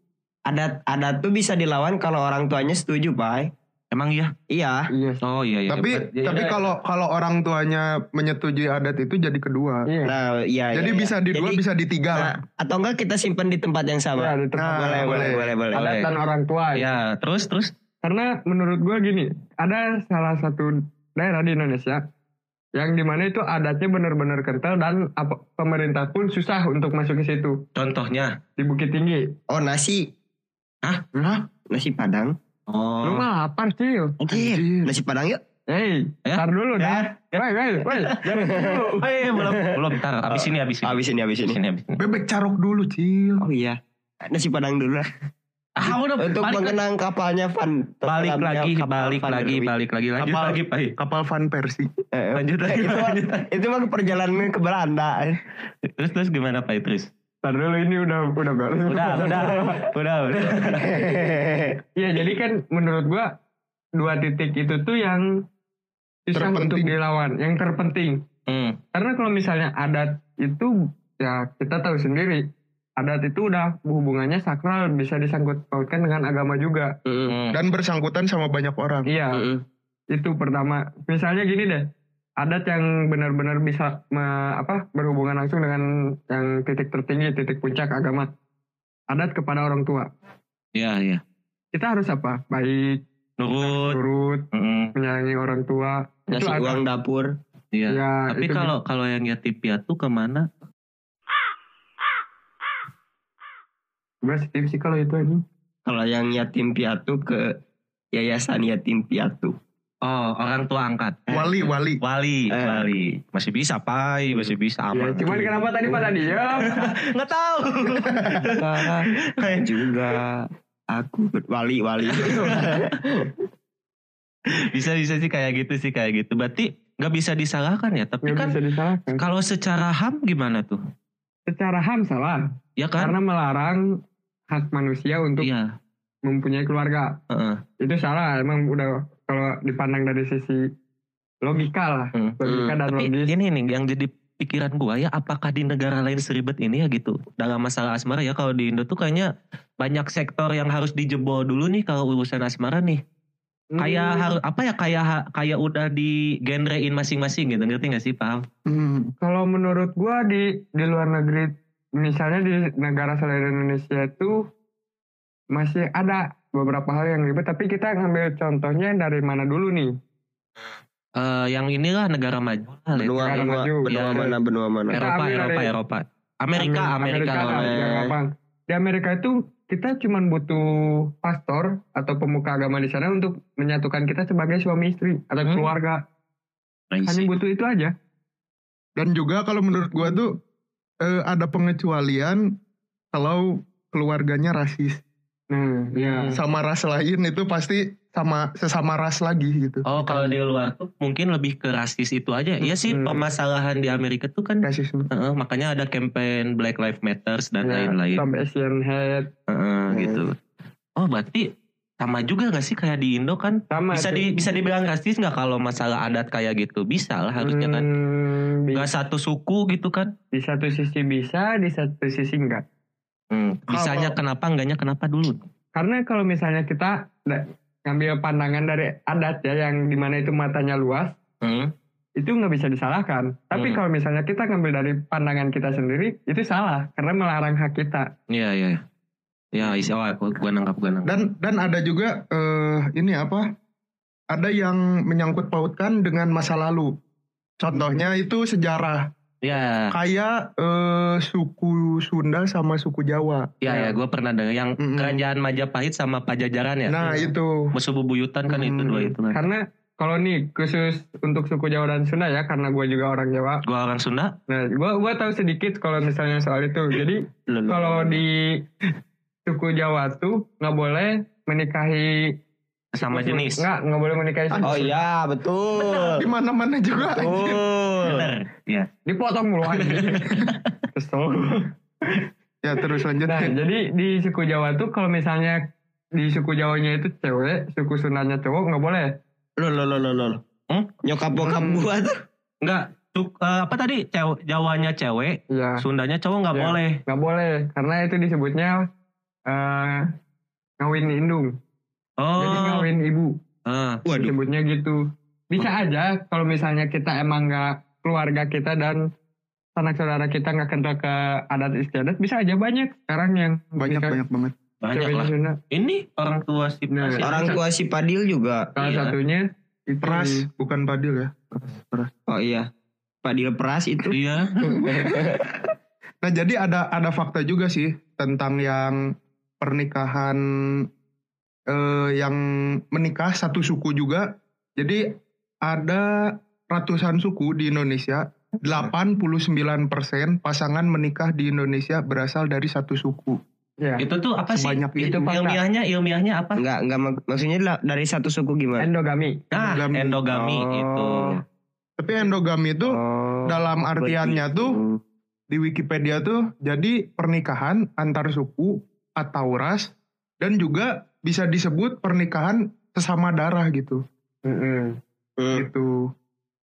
Speaker 7: Adat adat tuh bisa dilawan kalau orang tuanya setuju, Pak.
Speaker 3: Emang iya?
Speaker 7: Iya.
Speaker 5: Iya.
Speaker 3: Oh iya iya.
Speaker 2: tapi tapi kalau kalau orang tuanya menyetujui adat itu jadi kedua.
Speaker 5: Iya.
Speaker 7: Nah, iya.
Speaker 2: Jadi
Speaker 7: iya,
Speaker 2: bisa
Speaker 7: iya.
Speaker 2: di dua,
Speaker 7: Jadi,
Speaker 2: bisa di tiga lah.
Speaker 7: nah, atau enggak kita simpan di tempat yang
Speaker 5: Ya,
Speaker 7: sama.
Speaker 5: di tempat
Speaker 2: Nah,
Speaker 7: boleh, boleh, boleh, boleh.
Speaker 5: adat dan orang tua. ya.
Speaker 3: Ya, terus terus
Speaker 5: Karena menurut gue gini, ada salah satu daerah di Indonesia yang dimana itu adatnya benar-benar kental dan apa- pemerintah pun susah untuk masuk ke situ
Speaker 3: contohnya.
Speaker 5: di Bukit Tinggi.
Speaker 7: Oh, nasi.
Speaker 3: Hah?
Speaker 7: Nasi Padang.
Speaker 5: Lu
Speaker 3: Oh.
Speaker 5: mah lapar cil.
Speaker 7: Anjir. Nasi Padang yuk.
Speaker 5: Hei,
Speaker 3: Ya?
Speaker 5: tar dulu dah. Woi, woi, woi. jangan dulu.
Speaker 3: Eh, belum belum ntar abis ini abis ini.
Speaker 7: Habis ini, habis ini.
Speaker 3: Abis ini, abis ini.
Speaker 2: Bebek carok dulu, Cil.
Speaker 7: Oh iya. Nasi Padang dulu lah.
Speaker 3: Ah, udah
Speaker 7: Untuk
Speaker 3: balik,
Speaker 7: mengenang kapalnya Van.
Speaker 3: balik
Speaker 7: tenggelamnya
Speaker 3: lagi,
Speaker 7: kapal
Speaker 3: balik
Speaker 7: Van der
Speaker 3: lagi,
Speaker 7: Wijk.
Speaker 3: balik lagi, lanjut
Speaker 2: Kapal-
Speaker 3: lagi, Pak.
Speaker 2: Kapal Van Persie.
Speaker 7: Eh, eh.
Speaker 3: Lanjut lagi,
Speaker 7: itu,
Speaker 3: lanjut
Speaker 7: mah- itu mah perjalanan ke Belanda.
Speaker 3: Terus terus gimana Pak Terus?
Speaker 5: Tar dulu ini udah udah beres.
Speaker 3: Udah, udah, udah, udah.
Speaker 5: Iya, jadi kan menurut gua dua titik itu tuh yang susah untuk
Speaker 2: Terpenting.
Speaker 5: dilawan, yang terpenting.
Speaker 3: Hmm.
Speaker 5: Karena kalau misalnya adat itu ya kita tahu sendiri adat itu udah hubungannya sakral bisa disangkut pautkan dengan agama juga.
Speaker 3: Hmm.
Speaker 2: Dan bersangkutan sama banyak orang.
Speaker 5: Iya. Itu pertama. Misalnya gini deh. Adat yang benar-benar bisa me- apa berhubungan langsung dengan yang titik tertinggi, titik puncak agama. Adat kepada orang tua.
Speaker 3: Iya, iya.
Speaker 5: Kita harus apa? Baik,
Speaker 3: Nurut.
Speaker 5: turut, menyayangi orang tua, Itu
Speaker 7: ngasih
Speaker 5: ada.
Speaker 7: uang dapur
Speaker 3: Iya.
Speaker 5: Ya,
Speaker 3: Tapi
Speaker 5: itu
Speaker 3: kalau kalau yang yatim piatu kemana?
Speaker 5: gue skip sih kalau itu aja.
Speaker 7: kalau yang yatim piatu ke yayasan yatim piatu
Speaker 3: Oh, orang tua angkat.
Speaker 2: Wali, wali.
Speaker 3: Wali,
Speaker 7: Eh. Iya,
Speaker 3: wali. Masih bisa, Pai. Masih bisa
Speaker 5: Ya,
Speaker 3: aman.
Speaker 5: cuman kenapa tadi Ya, pada diam?
Speaker 3: Nggak tahu.
Speaker 7: juga aku wali wali
Speaker 3: bisa bisa sih kayak gitu sih kayak gitu. Berarti nggak bisa disalahkan ya. Tapi
Speaker 5: Gak
Speaker 3: kan
Speaker 5: bisa disalahkan.
Speaker 3: kalau secara ham gimana tuh?
Speaker 5: Secara ham salah,
Speaker 3: Ya kan?
Speaker 5: karena melarang hak manusia untuk
Speaker 3: Iya.
Speaker 5: mempunyai keluarga.
Speaker 3: Heeh.
Speaker 5: Itu salah, emang udah kalau dipandang dari sisi logika lah,
Speaker 3: Hmm.
Speaker 5: logika dan
Speaker 3: Tapi
Speaker 5: logis.
Speaker 3: ini nih yang jadi pikiran gua ya apakah di negara lain seribet ini ya gitu dalam masalah asmara ya kalau di Indo tuh kayaknya banyak sektor yang harus dijebol dulu nih kalau urusan asmara nih
Speaker 5: Hmm,
Speaker 3: kayak harus apa ya kayak ha- kayak udah di genrein masing-masing gitu ngerti nggak sih paham
Speaker 5: kalau menurut gua di di luar negeri, misalnya di negara selain Indonesia itu masih ada beberapa hal yang ribet. Tapi kita ngambil contohnya dari mana dulu nih?
Speaker 3: Eh yang inilah negara maju lah Let.
Speaker 7: benua
Speaker 5: Negara
Speaker 7: benua
Speaker 5: maju.
Speaker 7: benua
Speaker 3: Iya.
Speaker 7: mana benua mana
Speaker 5: Kita
Speaker 3: Eropa
Speaker 5: ambil
Speaker 3: Eropa
Speaker 5: dari-
Speaker 3: Eropa Amerika
Speaker 5: Ameri-
Speaker 3: Amerika, Oh, iya.
Speaker 5: lah,
Speaker 3: lah.
Speaker 5: yang gampang. Di Amerika itu kita cuman butuh pastor atau pemuka agama di sana untuk menyatukan kita sebagai suami istri atau
Speaker 3: Hmm.
Speaker 5: keluarga.
Speaker 3: Nice.
Speaker 5: Hanya butuh itu aja.
Speaker 2: Dan juga kalau menurut gua tuh eh, ada pengecualian kalau keluarganya rasis.
Speaker 5: Nah, ya.
Speaker 2: Sama ras lain itu pasti sama sesama ras lagi gitu.
Speaker 3: Oh kalau di luar tuh mungkin lebih ke rasis itu aja Iya sih
Speaker 5: Hmm.
Speaker 3: permasalahan di Amerika tuh kan
Speaker 2: Rasisme.
Speaker 3: Heeh, makanya ada campaign Black Lives Matters dan
Speaker 5: Ya,
Speaker 3: lain-lain
Speaker 5: Sampai Asian head
Speaker 3: Heeh, gitu oh berarti sama juga gak sih kayak di Indo kan
Speaker 5: sama.
Speaker 3: bisa di bisa dibilang rasis nggak kalau masalah adat kayak gitu bisa lah harusnya kan
Speaker 5: Bisa
Speaker 3: nggak
Speaker 7: Iya.
Speaker 3: satu suku gitu kan
Speaker 5: Hmm, di satu sisi bisa, di satu sisi enggak.
Speaker 7: Hmm.
Speaker 3: bisanya kenapa enggaknya kenapa dulu
Speaker 5: Karena kalau misalnya kita da- ngambil pandangan dari adat ya yang dimana itu matanya luas,
Speaker 7: Hmm.
Speaker 5: itu nggak bisa disalahkan. Tapi
Speaker 3: Hmm.
Speaker 5: kalau misalnya kita ngambil dari pandangan kita sendiri, itu salah karena melarang hak kita.
Speaker 3: iya iya ya
Speaker 7: Hmm.
Speaker 3: isi oh, aku gua nangkap
Speaker 5: Nah.
Speaker 3: gua nangkap
Speaker 2: Dan dan ada juga eh, ini apa? Ada yang menyangkut pautkan dengan masa lalu. Contohnya itu sejarah
Speaker 3: ya
Speaker 2: kayak eh, suku Sunda sama suku Jawa.
Speaker 3: ya
Speaker 7: Nah.
Speaker 3: ya gua pernah dengar yang
Speaker 5: Hmm.
Speaker 2: Mm-mm.
Speaker 3: kerajaan Majapahit sama Pajajaran ya
Speaker 2: Nah itu
Speaker 3: musuh bebuyutan kan itu
Speaker 2: Mm.
Speaker 3: dua itu kan
Speaker 5: Hmm. Karena kalau nih khusus untuk suku Jawa dan Sunda ya, karena gue juga orang Jawa.
Speaker 3: gua orang Sunda
Speaker 5: Nah, gue gua tahu sedikit kalau misalnya soal itu. Jadi kalau di suku Jawa tuh nggak boleh menikahi
Speaker 3: sama jenis
Speaker 5: Nggak nggak boleh menikahi.
Speaker 7: oh iya betul
Speaker 2: di mana mana juga.
Speaker 3: Oh.
Speaker 2: anjir.
Speaker 3: Bener. Iya.
Speaker 5: Dipotong mulu anjing. Kesel.
Speaker 2: Ya terus lanjut.
Speaker 5: Nah, jadi di suku Jawa tuh kalau misalnya di suku Jawanya itu cewek, suku Sundanya cowok nggak boleh.
Speaker 7: lo lo lo lo lo
Speaker 3: Hmm?
Speaker 7: nyokap bokap
Speaker 5: Hmm.
Speaker 7: gua tuh
Speaker 3: Enggak. Cuk- eh, apa tadi? Cew- Jawanya cewek,
Speaker 5: Iya.
Speaker 3: Sundanya cowok nggak
Speaker 5: Iya.
Speaker 3: boleh.
Speaker 5: nggak boleh karena itu disebutnya eh ngawin indung jadi
Speaker 3: Oh.
Speaker 5: ngawin ibu
Speaker 3: eh,
Speaker 7: waduh
Speaker 5: disebutnya gitu bisa
Speaker 3: Oh.
Speaker 5: aja kalau misalnya kita emang nggak keluarga kita dan sanak saudara kita nggak kental ke adat istiadat bisa aja banyak sekarang yang
Speaker 2: banyak
Speaker 5: nikah
Speaker 2: banyak banget.
Speaker 3: banyak
Speaker 5: cewek
Speaker 3: lah.
Speaker 5: Sunda.
Speaker 3: Ini orang tua si
Speaker 5: Nah,
Speaker 3: si-
Speaker 7: orang
Speaker 2: Iya.
Speaker 7: tua si Padil juga
Speaker 5: salah
Speaker 3: Iya.
Speaker 5: satunya itu
Speaker 2: Ras bukan padil ya.
Speaker 7: oh iya Padil peras itu
Speaker 3: Iya.
Speaker 2: Nah jadi ada ada fakta juga sih tentang yang pernikahan eh, yang menikah satu suku juga. Jadi ada ratusan suku di Indonesia. 89% pasangan menikah di Indonesia berasal dari satu suku.
Speaker 5: ya
Speaker 3: Itu tuh apa sih?
Speaker 2: Iya. Sebanyak
Speaker 3: I-
Speaker 2: itu,
Speaker 5: Pak.
Speaker 3: ilmiahnya ilmiahnya apa?
Speaker 7: nggak nggak mak- maksudnya lah, dari satu suku gimana
Speaker 5: endogami
Speaker 3: Nah,
Speaker 2: Endogami.
Speaker 3: endogami
Speaker 7: Oh.
Speaker 3: itu.
Speaker 2: Tapi endogami itu
Speaker 7: oh
Speaker 2: dalam artiannya
Speaker 7: begitu.
Speaker 2: tuh di Wikipedia tuh jadi pernikahan antar suku atau ras dan juga bisa disebut pernikahan sesama darah gitu.
Speaker 5: Mm-mm.
Speaker 7: Hmm.
Speaker 2: Gitu.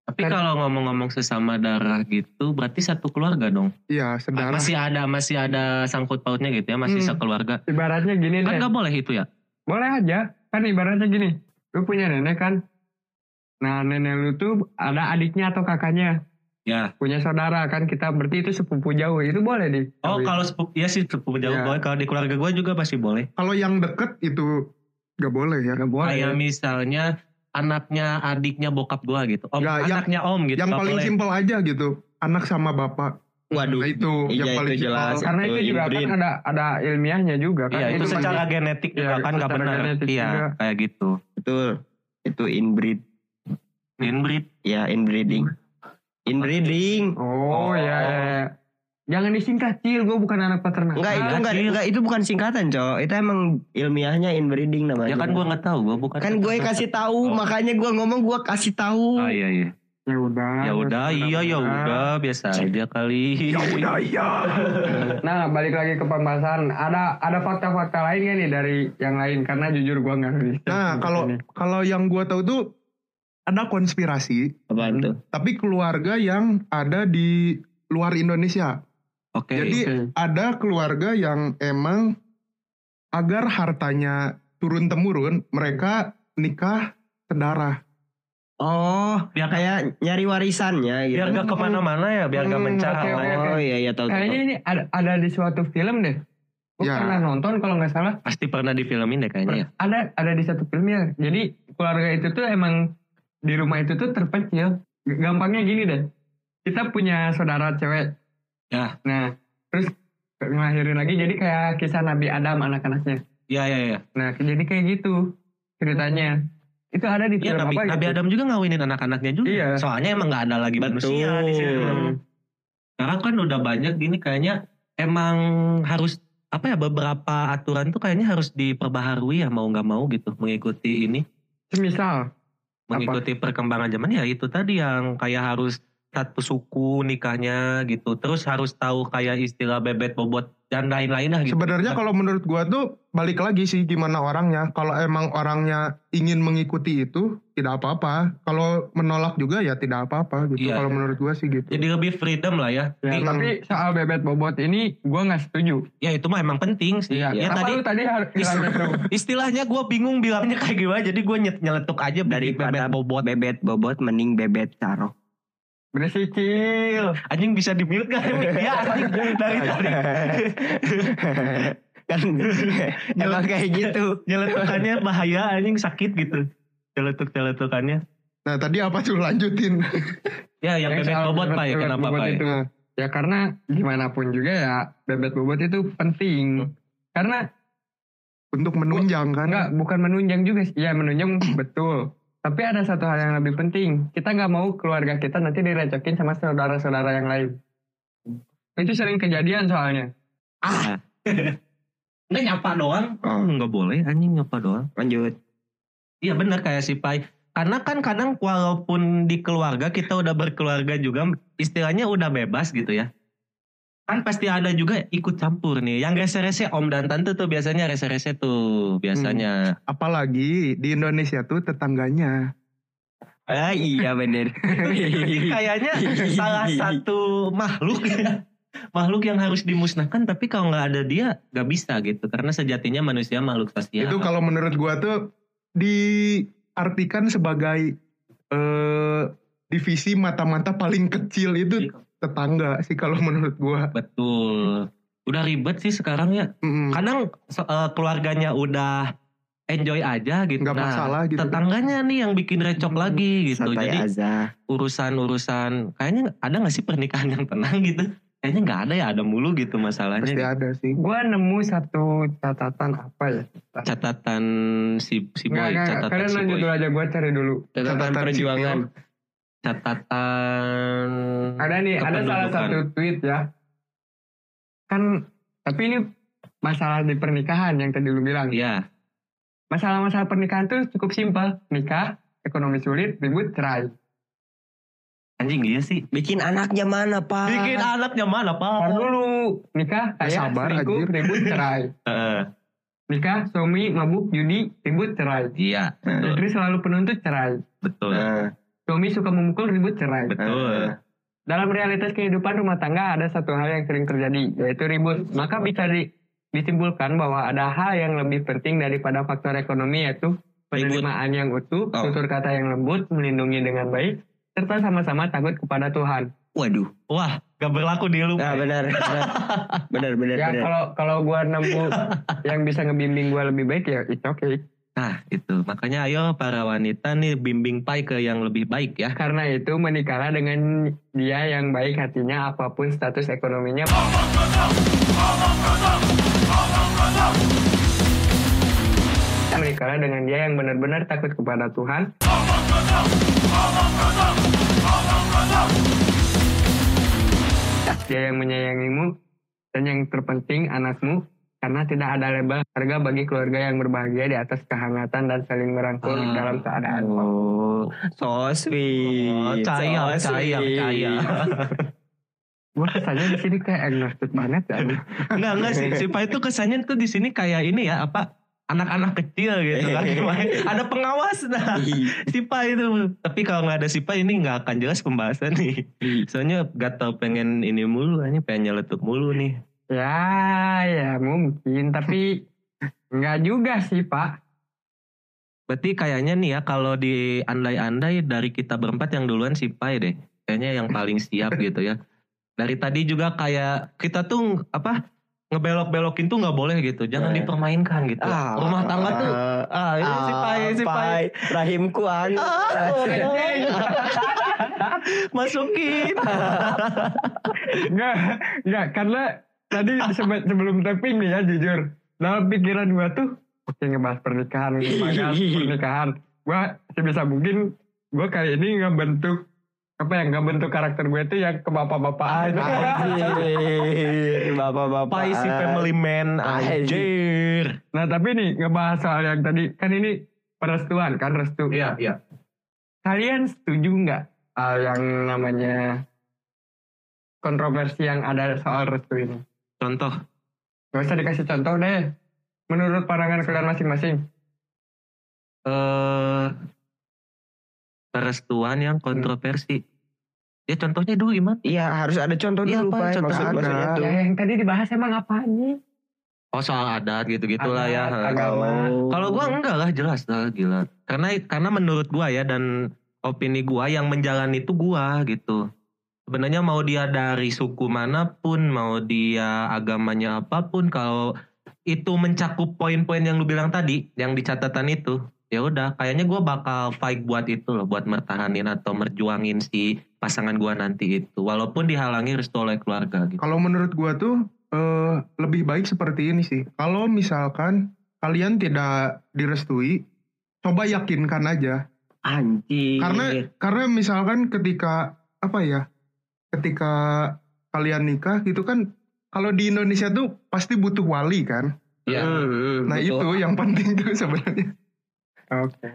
Speaker 3: Tapi kalau ngomong-ngomong sesama darah gitu, berarti satu keluarga dong.
Speaker 2: Iya, sedarah.
Speaker 3: Masih ada masih ada sangkut pautnya gitu ya, masih
Speaker 2: Hmm. Iya.
Speaker 3: sekeluarga.
Speaker 5: ibaratnya gini
Speaker 3: Kan
Speaker 5: deh
Speaker 3: nggak boleh itu ya?
Speaker 5: boleh aja kan ibaratnya gini lu punya nenek kan nah nenek lu tuh ada adiknya atau kakaknya
Speaker 3: Ya.
Speaker 5: punya saudara kan kita berarti itu sepupu jauh itu boleh di
Speaker 2: Iya,
Speaker 3: Oh, kalau sepupu ya sih sepupu jauh
Speaker 5: Iya.
Speaker 3: boleh. Kalau di keluarga gue juga pasti boleh.
Speaker 2: Kalau yang deket itu gak boleh ya.
Speaker 5: nggak boleh
Speaker 3: Kayak misalnya anaknya, adiknya, bokap gua gitu. Om,
Speaker 2: Nggak, Ya, yang-
Speaker 3: anaknya om gitu.
Speaker 2: yang
Speaker 3: nggak
Speaker 2: paling
Speaker 3: boleh.
Speaker 2: simpel aja gitu anak sama bapak
Speaker 7: Waduh.
Speaker 2: nah, itu yang
Speaker 7: Iya,
Speaker 2: paling
Speaker 7: itu
Speaker 2: simpel.
Speaker 7: jelas.
Speaker 5: Karena itu juga kan
Speaker 7: hybrid.
Speaker 5: ada ada ilmiahnya juga kan.
Speaker 3: Iya, itu
Speaker 2: Itu
Speaker 3: secara genetik juga
Speaker 5: Iya,
Speaker 3: kan nggak
Speaker 5: secara
Speaker 3: benar.
Speaker 5: genetik
Speaker 3: Iya,
Speaker 5: juga.
Speaker 3: kayak gitu.
Speaker 7: Betul. Itu inbreed.
Speaker 3: Inbreed.
Speaker 7: Ya, inbreeding. Inbreeding.
Speaker 5: Oh,
Speaker 7: Oh.
Speaker 5: ya, ya, ya. Jangan disingkat, Cil. Gue bukan anak peternak.
Speaker 7: Enggak, itu enggak, enggak, itu bukan singkatan, Cok. Itu emang ilmiahnya inbreeding
Speaker 3: Ya
Speaker 7: namanya.
Speaker 3: kan gua nggak tahu, gua bukan.
Speaker 7: kan gue kasih
Speaker 3: Oh.
Speaker 7: tahu, makanya gue ngomong gue kasih tahu.
Speaker 3: Oh iya iya.
Speaker 5: Ya udah.
Speaker 3: Ya udah, iya ya udah, biasa aja kali.
Speaker 7: Ya
Speaker 5: Nah, balik lagi ke pembahasan. Ada ada fakta-fakta lain gak nih dari yang lain? Karena jujur gue nggak riset untuk
Speaker 2: nah kalau
Speaker 5: ini.
Speaker 2: kalau yang gua tahu tuh ada konspirasi
Speaker 7: Apaan tuh?
Speaker 2: tapi keluarga yang ada di luar Indonesia
Speaker 3: Oke.
Speaker 2: jadi
Speaker 5: Oke.
Speaker 2: ada keluarga yang emang agar hartanya turun temurun mereka nikah sedarah
Speaker 7: Oh,
Speaker 3: Biar-
Speaker 7: kayak nyari warisannya gitu.
Speaker 3: biar nggak kemana-mana ya, biar nggak
Speaker 5: Hmm,
Speaker 3: mencah.
Speaker 5: oke, oke.
Speaker 7: Oh iya iya tahu. tahu,
Speaker 5: Kayaknya
Speaker 7: tahu.
Speaker 5: ini ada, ada di suatu film deh. Gue
Speaker 2: Ya.
Speaker 5: pernah nonton kalau nggak salah.
Speaker 3: Pasti pernah difilmin deh kayaknya. ya.
Speaker 5: Nah, Ada ada di satu film ya. Jadi keluarga itu tuh emang di rumah itu tuh terpencil. G- Gampangnya gini deh. Kita punya saudara cewek.
Speaker 3: Ya.
Speaker 5: Nah, terus ngelahirin lagi jadi kayak kisah Nabi Adam anak-anaknya.
Speaker 3: Iya iya iya.
Speaker 5: Nah, jadi kayak gitu ceritanya. Itu ada di
Speaker 3: Iya
Speaker 5: film
Speaker 3: Nabi,
Speaker 5: apa
Speaker 3: Nabi
Speaker 5: gitu?
Speaker 3: Adam juga ngawinin anak-anaknya juga.
Speaker 5: Iya.
Speaker 3: Soalnya emang nggak ada lagi manusia di situ.
Speaker 7: Betul.
Speaker 3: Sekarang kan udah banyak gini kayaknya emang harus apa ya beberapa aturan tuh kayaknya harus diperbaharui ya mau nggak mau gitu mengikuti ini
Speaker 5: Semisal.
Speaker 3: mengikuti perkembangan zaman ya itu tadi yang kayak harus satu suku nikahnya gitu terus harus tahu kayak istilah bebet bobot dan lain-lain lah gitu
Speaker 2: sebenarnya kalau menurut gua tuh balik lagi sih gimana orangnya kalau emang orangnya ingin mengikuti itu tidak apa-apa kalau menolak juga ya tidak apa-apa gitu
Speaker 3: Iya.
Speaker 2: kalau menurut gua sih gitu
Speaker 3: jadi lebih freedom lah ya
Speaker 5: Ya,
Speaker 3: Di-
Speaker 5: tapi soal bebet bobot ini gue nggak setuju.
Speaker 3: ya itu mah emang penting sih
Speaker 5: Iya.
Speaker 3: ya
Speaker 5: Apa
Speaker 3: tadi
Speaker 5: lu tadi har- bilang gitu?
Speaker 3: istilahnya gue bingung bilangnya kayak gimana jadi gue nyet nyeletuk aja dari
Speaker 7: Daripada
Speaker 3: bebet bobot
Speaker 7: Bebet bobot mending bebet taro.
Speaker 5: Bener sih, Cil.
Speaker 3: anjing bisa di mute gak ya anjing dari tadi
Speaker 7: kan emang kayak gitu.
Speaker 3: nyeletukannya bahaya anjing sakit gitu nyeletuk nyeletukannya
Speaker 2: nah tadi apa tuh lanjutin
Speaker 3: ya yang bebet
Speaker 5: soal
Speaker 3: bobot
Speaker 5: bebet-
Speaker 3: pak ya
Speaker 5: bebet
Speaker 3: kenapa
Speaker 5: bobot
Speaker 3: pak ya?
Speaker 5: itu. Ya karena gimana pun juga ya bebet bobot itu penting.
Speaker 3: Hmm.
Speaker 5: Karena
Speaker 2: untuk menunjang kan
Speaker 5: enggak bukan menunjang juga sih. Ya menunjang betul. Tapi ada satu hal yang lebih penting. Kita nggak mau keluarga kita nanti direcokin sama saudara-saudara yang lain. Itu sering kejadian soalnya.
Speaker 3: Nggak Ah. nyapa doang Nah.
Speaker 7: Oh.
Speaker 3: nggak boleh anjing nyapa doang
Speaker 7: Lanjut.
Speaker 3: iya benar kayak si pai karena kan kadang walaupun di keluarga kita udah berkeluarga juga istilahnya udah bebas gitu ya kan pasti ada juga ikut campur nih yang rese-rese om dan tante tuh biasanya rese-rese tuh biasanya
Speaker 2: apalagi di Indonesia tuh tetangganya
Speaker 7: Ah iya bener.
Speaker 3: kayaknya salah satu makhluk ya. makhluk yang harus dimusnahkan tapi kalau nggak ada dia nggak bisa gitu karena sejatinya manusia makhluk sosial
Speaker 2: itu kalau menurut gua tuh diartikan sebagai eh divisi mata-mata paling kecil itu
Speaker 3: Iya.
Speaker 2: tetangga sih kalau menurut gua
Speaker 3: betul udah ribet sih sekarang ya
Speaker 2: Mm-mm.
Speaker 3: kadang so- eh, keluarganya udah enjoy aja gitu
Speaker 2: nggak masalah gitu
Speaker 3: tetangganya nih yang bikin recok lagi gitu
Speaker 7: Santai
Speaker 3: jadi
Speaker 7: aja.
Speaker 3: urusan-urusan kayaknya ada nggak sih pernikahan yang tenang gitu kayaknya nggak ada ya ada mulu gitu masalahnya
Speaker 2: pasti ada sih
Speaker 5: Gua nemu satu catatan apa ya?
Speaker 3: catatan si
Speaker 2: Iya,
Speaker 3: si boy
Speaker 5: Enggak, enggak,
Speaker 3: catatan
Speaker 5: kalian
Speaker 3: si
Speaker 5: lanjut
Speaker 3: boy
Speaker 5: dulu aja gua cari dulu.
Speaker 7: Catatan
Speaker 2: Catatan
Speaker 7: perjuangan.
Speaker 3: catatan
Speaker 5: Ada nih, ada salah
Speaker 3: kependudukan.
Speaker 5: satu tweet ya. Kan, tapi ini masalah di pernikahan yang tadi lu bilang.
Speaker 3: Iya,
Speaker 5: Masalah-masalah pernikahan tuh cukup simpel. Nikah, ekonomi sulit, ribut, cerai.
Speaker 3: anjing iya sih.
Speaker 7: Bikin anaknya mana, Pak?
Speaker 3: Bikin anaknya
Speaker 5: Ntar
Speaker 3: mana, Pak?
Speaker 5: dulu, nikah kayak
Speaker 2: sabar,
Speaker 5: selingkuh,
Speaker 2: anjir.
Speaker 5: ribut, cerai.
Speaker 3: Heeh.
Speaker 5: Nikah, suami, mabuk, judi, ribut, cerai.
Speaker 3: Iya, betul,
Speaker 5: Istri selalu penuntut, cerai.
Speaker 3: betul,
Speaker 7: Nah,
Speaker 5: Suami suka memukul, ribut, cerai.
Speaker 3: betul.
Speaker 5: Dalam realitas kehidupan rumah tangga ada satu hal yang sering terjadi, yaitu ribut. Maka bisa di- disimpulkan bahwa ada hal yang lebih penting daripada faktor ekonomi yaitu penerimaan yang utuh,
Speaker 7: Oh.
Speaker 5: tutur kata yang lembut, melindungi dengan baik, serta sama-sama takut kepada Tuhan.
Speaker 7: waduh.
Speaker 3: Wah, gak berlaku di lu.
Speaker 7: Nah, benar. benar. Benar, benar,
Speaker 5: Ya
Speaker 7: benar.
Speaker 5: kalau kalau gua nemu yang bisa ngebimbing gua lebih baik ya it's okay.
Speaker 3: Nah itu makanya ayo para wanita nih bimbing pai ke yang lebih baik ya.
Speaker 5: Karena itu menikahlah dengan dia yang baik hatinya apapun status ekonominya. Menikahlah dengan dia yang benar-benar takut kepada Tuhan. Dia yang menyayangimu dan yang terpenting anakmu karena tidak ada label harga bagi keluarga yang berbahagia di atas kehangatan dan saling merangkul
Speaker 3: Ah.
Speaker 5: dalam keadaan.
Speaker 7: Oh, so sweet.
Speaker 3: Oh, cahaya,
Speaker 7: so
Speaker 3: cahaya,
Speaker 7: sweet.
Speaker 3: cahaya.
Speaker 5: Gue rasanya di sini kayak agnostik banget ya.
Speaker 3: Enggak enggak sih, si pai tuh kesannya tuh di sini kayak ini ya apa anak-anak kecil gitu kan. ada pengawas dah. Sipa itu. Tapi kalau nggak ada Sipa ini nggak akan jelas pembahasan nih.
Speaker 5: Iya.
Speaker 3: Soalnya gak tau pengen ini mulu, ini pengen nyeletuk mulu nih.
Speaker 5: ya, ya mungkin tapi nggak juga sih Pak.
Speaker 3: Berarti kayaknya nih ya kalau di andai-andai dari kita berempat yang duluan Sipai deh. Kayaknya yang paling siap gitu ya. Dari tadi juga kayak kita tuh apa ngebelok-belokin tuh nggak boleh gitu. Jangan
Speaker 7: Ya.
Speaker 3: dipermainkan gitu.
Speaker 7: Ah,
Speaker 3: Rumah tangga tuh
Speaker 7: ah,
Speaker 3: ah, ini Sipai,
Speaker 7: ah,
Speaker 3: Sipai.
Speaker 7: pai. Rahimku an.
Speaker 3: Ah. Masukin.
Speaker 5: Nggak, nggak karena tadi
Speaker 3: Ah.
Speaker 5: sebe- sebelum taping nih ya jujur dalam pikiran gua tuh oke ngebahas pernikahan, ngebahas pernikahan. Gua sebisa mungkin gua kali ini nggak bentuk apa yang nggak bentuk karakter gue itu yang ke
Speaker 3: Ah,
Speaker 5: bapak-bapaan.
Speaker 3: iya.
Speaker 7: Anjir, bapak-bapak.
Speaker 3: Sipai si family man anjir.
Speaker 5: Nah tapi nih ngebahas soal yang tadi kan ini perestuan kan restu.
Speaker 3: Iya, iya.
Speaker 5: Kalian setuju nggak uh, yang namanya kontroversi yang ada soal restu ini?
Speaker 3: Contoh
Speaker 5: Gak usah dikasih contoh deh. Menurut pandangan kalian masing-masing.
Speaker 3: eh perestuan yang kontroversi. Ya contohnya dulu gimana?
Speaker 7: Iya, harus ada contoh
Speaker 3: Iya,
Speaker 7: dulu,
Speaker 3: Pak,
Speaker 7: Pak.
Speaker 3: contoh
Speaker 7: Maksud
Speaker 3: ada.
Speaker 7: maksudnya tuh.
Speaker 5: Ya, yang tadi dibahas emang apaan
Speaker 3: Oh soal adat gitu-gitulah ya.
Speaker 5: Adat,
Speaker 3: Ha.
Speaker 5: agama.
Speaker 3: Kalau gua enggak lah jelas lah gila. Karena karena menurut gua ya dan opini gua yang menjalani itu gua gitu. Sebenarnya mau dia dari suku manapun, mau dia agamanya apapun kalau itu mencakup poin-poin yang lu bilang tadi yang di catatan itu ya udah kayaknya gua bakal fight buat itu loh buat mertahanin atau merjuangin si pasangan gua nanti itu walaupun dihalangi restu oleh keluarga gitu
Speaker 2: Kalau menurut gua tuh eh, lebih baik seperti ini sih. Kalau misalkan kalian tidak direstui, coba yakinkan aja.
Speaker 7: Anjir.
Speaker 2: Karena karena misalkan ketika apa ya? Ketika kalian nikah gitu kan kalau di Indonesia tuh pasti butuh wali kan.
Speaker 7: Iya, mm,
Speaker 2: Nah,
Speaker 7: betul.
Speaker 2: itu yang penting tuh sebenarnya.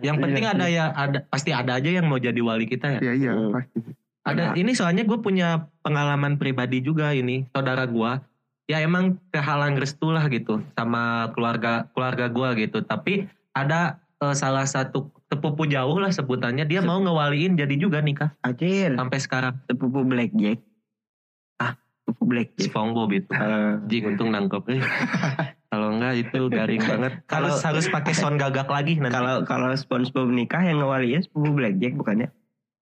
Speaker 3: yang
Speaker 5: Iya
Speaker 3: penting
Speaker 5: sih.
Speaker 3: ada ya ada pasti ada aja yang mau jadi wali kita ya
Speaker 2: Iya, iya,
Speaker 7: Hmm.
Speaker 2: pasti.
Speaker 3: Ada ini soalnya gue punya pengalaman pribadi juga ini saudara gua ya emang kehalang restu lah gitu sama keluarga keluarga gua gitu tapi ada eh, salah satu sepupu jauh lah sebutannya dia mau ngewaliin jadi juga nikah
Speaker 7: Anjir,
Speaker 3: sampai sekarang
Speaker 7: sepupu Blackjack. Ah, sepupu Blackjack.
Speaker 3: Spongebob itu Jing untung nangkep Eh, kalau enggak itu garing banget
Speaker 7: Kalau-
Speaker 3: harus harus pakai sound gagak lagi nanti
Speaker 7: Kalau kalau SpongeBob nikah yang ngewaliin sepupu Blackjack bukannya?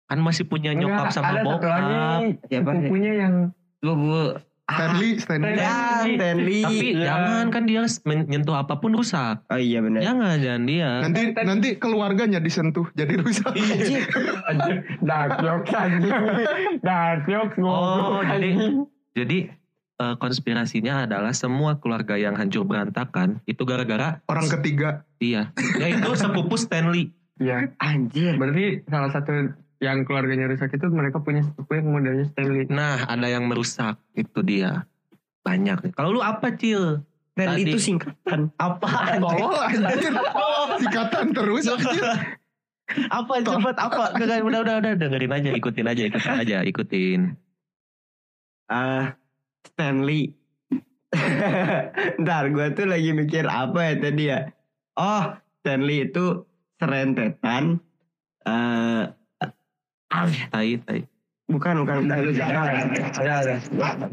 Speaker 3: kan masih punya nyokap
Speaker 5: Nggak,
Speaker 3: sama
Speaker 5: ada satu lagi
Speaker 3: bokap
Speaker 7: Siapa?
Speaker 5: Kupunya yang
Speaker 7: Sepupu
Speaker 2: Stanley, Stanley.
Speaker 5: Stanley.
Speaker 7: Ah, Stanley.
Speaker 3: tapi jangan kan dia men- nyentuh apapun rusak
Speaker 7: Oh iya benar.
Speaker 3: jangan jangan dia
Speaker 2: Nanti nanti keluarganya disentuh jadi rusak.
Speaker 5: dark jokes aja. dark jokes
Speaker 3: Oh,
Speaker 5: ngomong.
Speaker 3: jadi jadi eh, konspirasinya adalah semua keluarga yang hancur berantakan itu gara-gara
Speaker 2: Orang ketiga.
Speaker 3: dia, yaitu sepupu Stanley.
Speaker 5: Iya.
Speaker 7: Anjir.
Speaker 5: Berarti salah satu yang keluarganya rusak itu mereka punya sepupu yang modelnya Stanley.
Speaker 3: Nah, ada yang merusak itu dia. Banyak. Kalau lu apa, Cil?
Speaker 7: Stanley
Speaker 3: Tadi. Oh,
Speaker 7: itu singkatan.
Speaker 3: Apa?
Speaker 2: Tolol anjir. Sikatan terus anjir.
Speaker 3: Apa cepat apa? Gak, gak, udah udah udah dengerin aja, Ya, ikutin aja, ikutin aja, ikutin.
Speaker 7: Ah, Stanley. Ntar gue tuh lagi mikir apa ya tadi ya. Oh, Stanley itu serentetan. Eh,
Speaker 3: Tai tai.
Speaker 7: bukan bukan. bukan.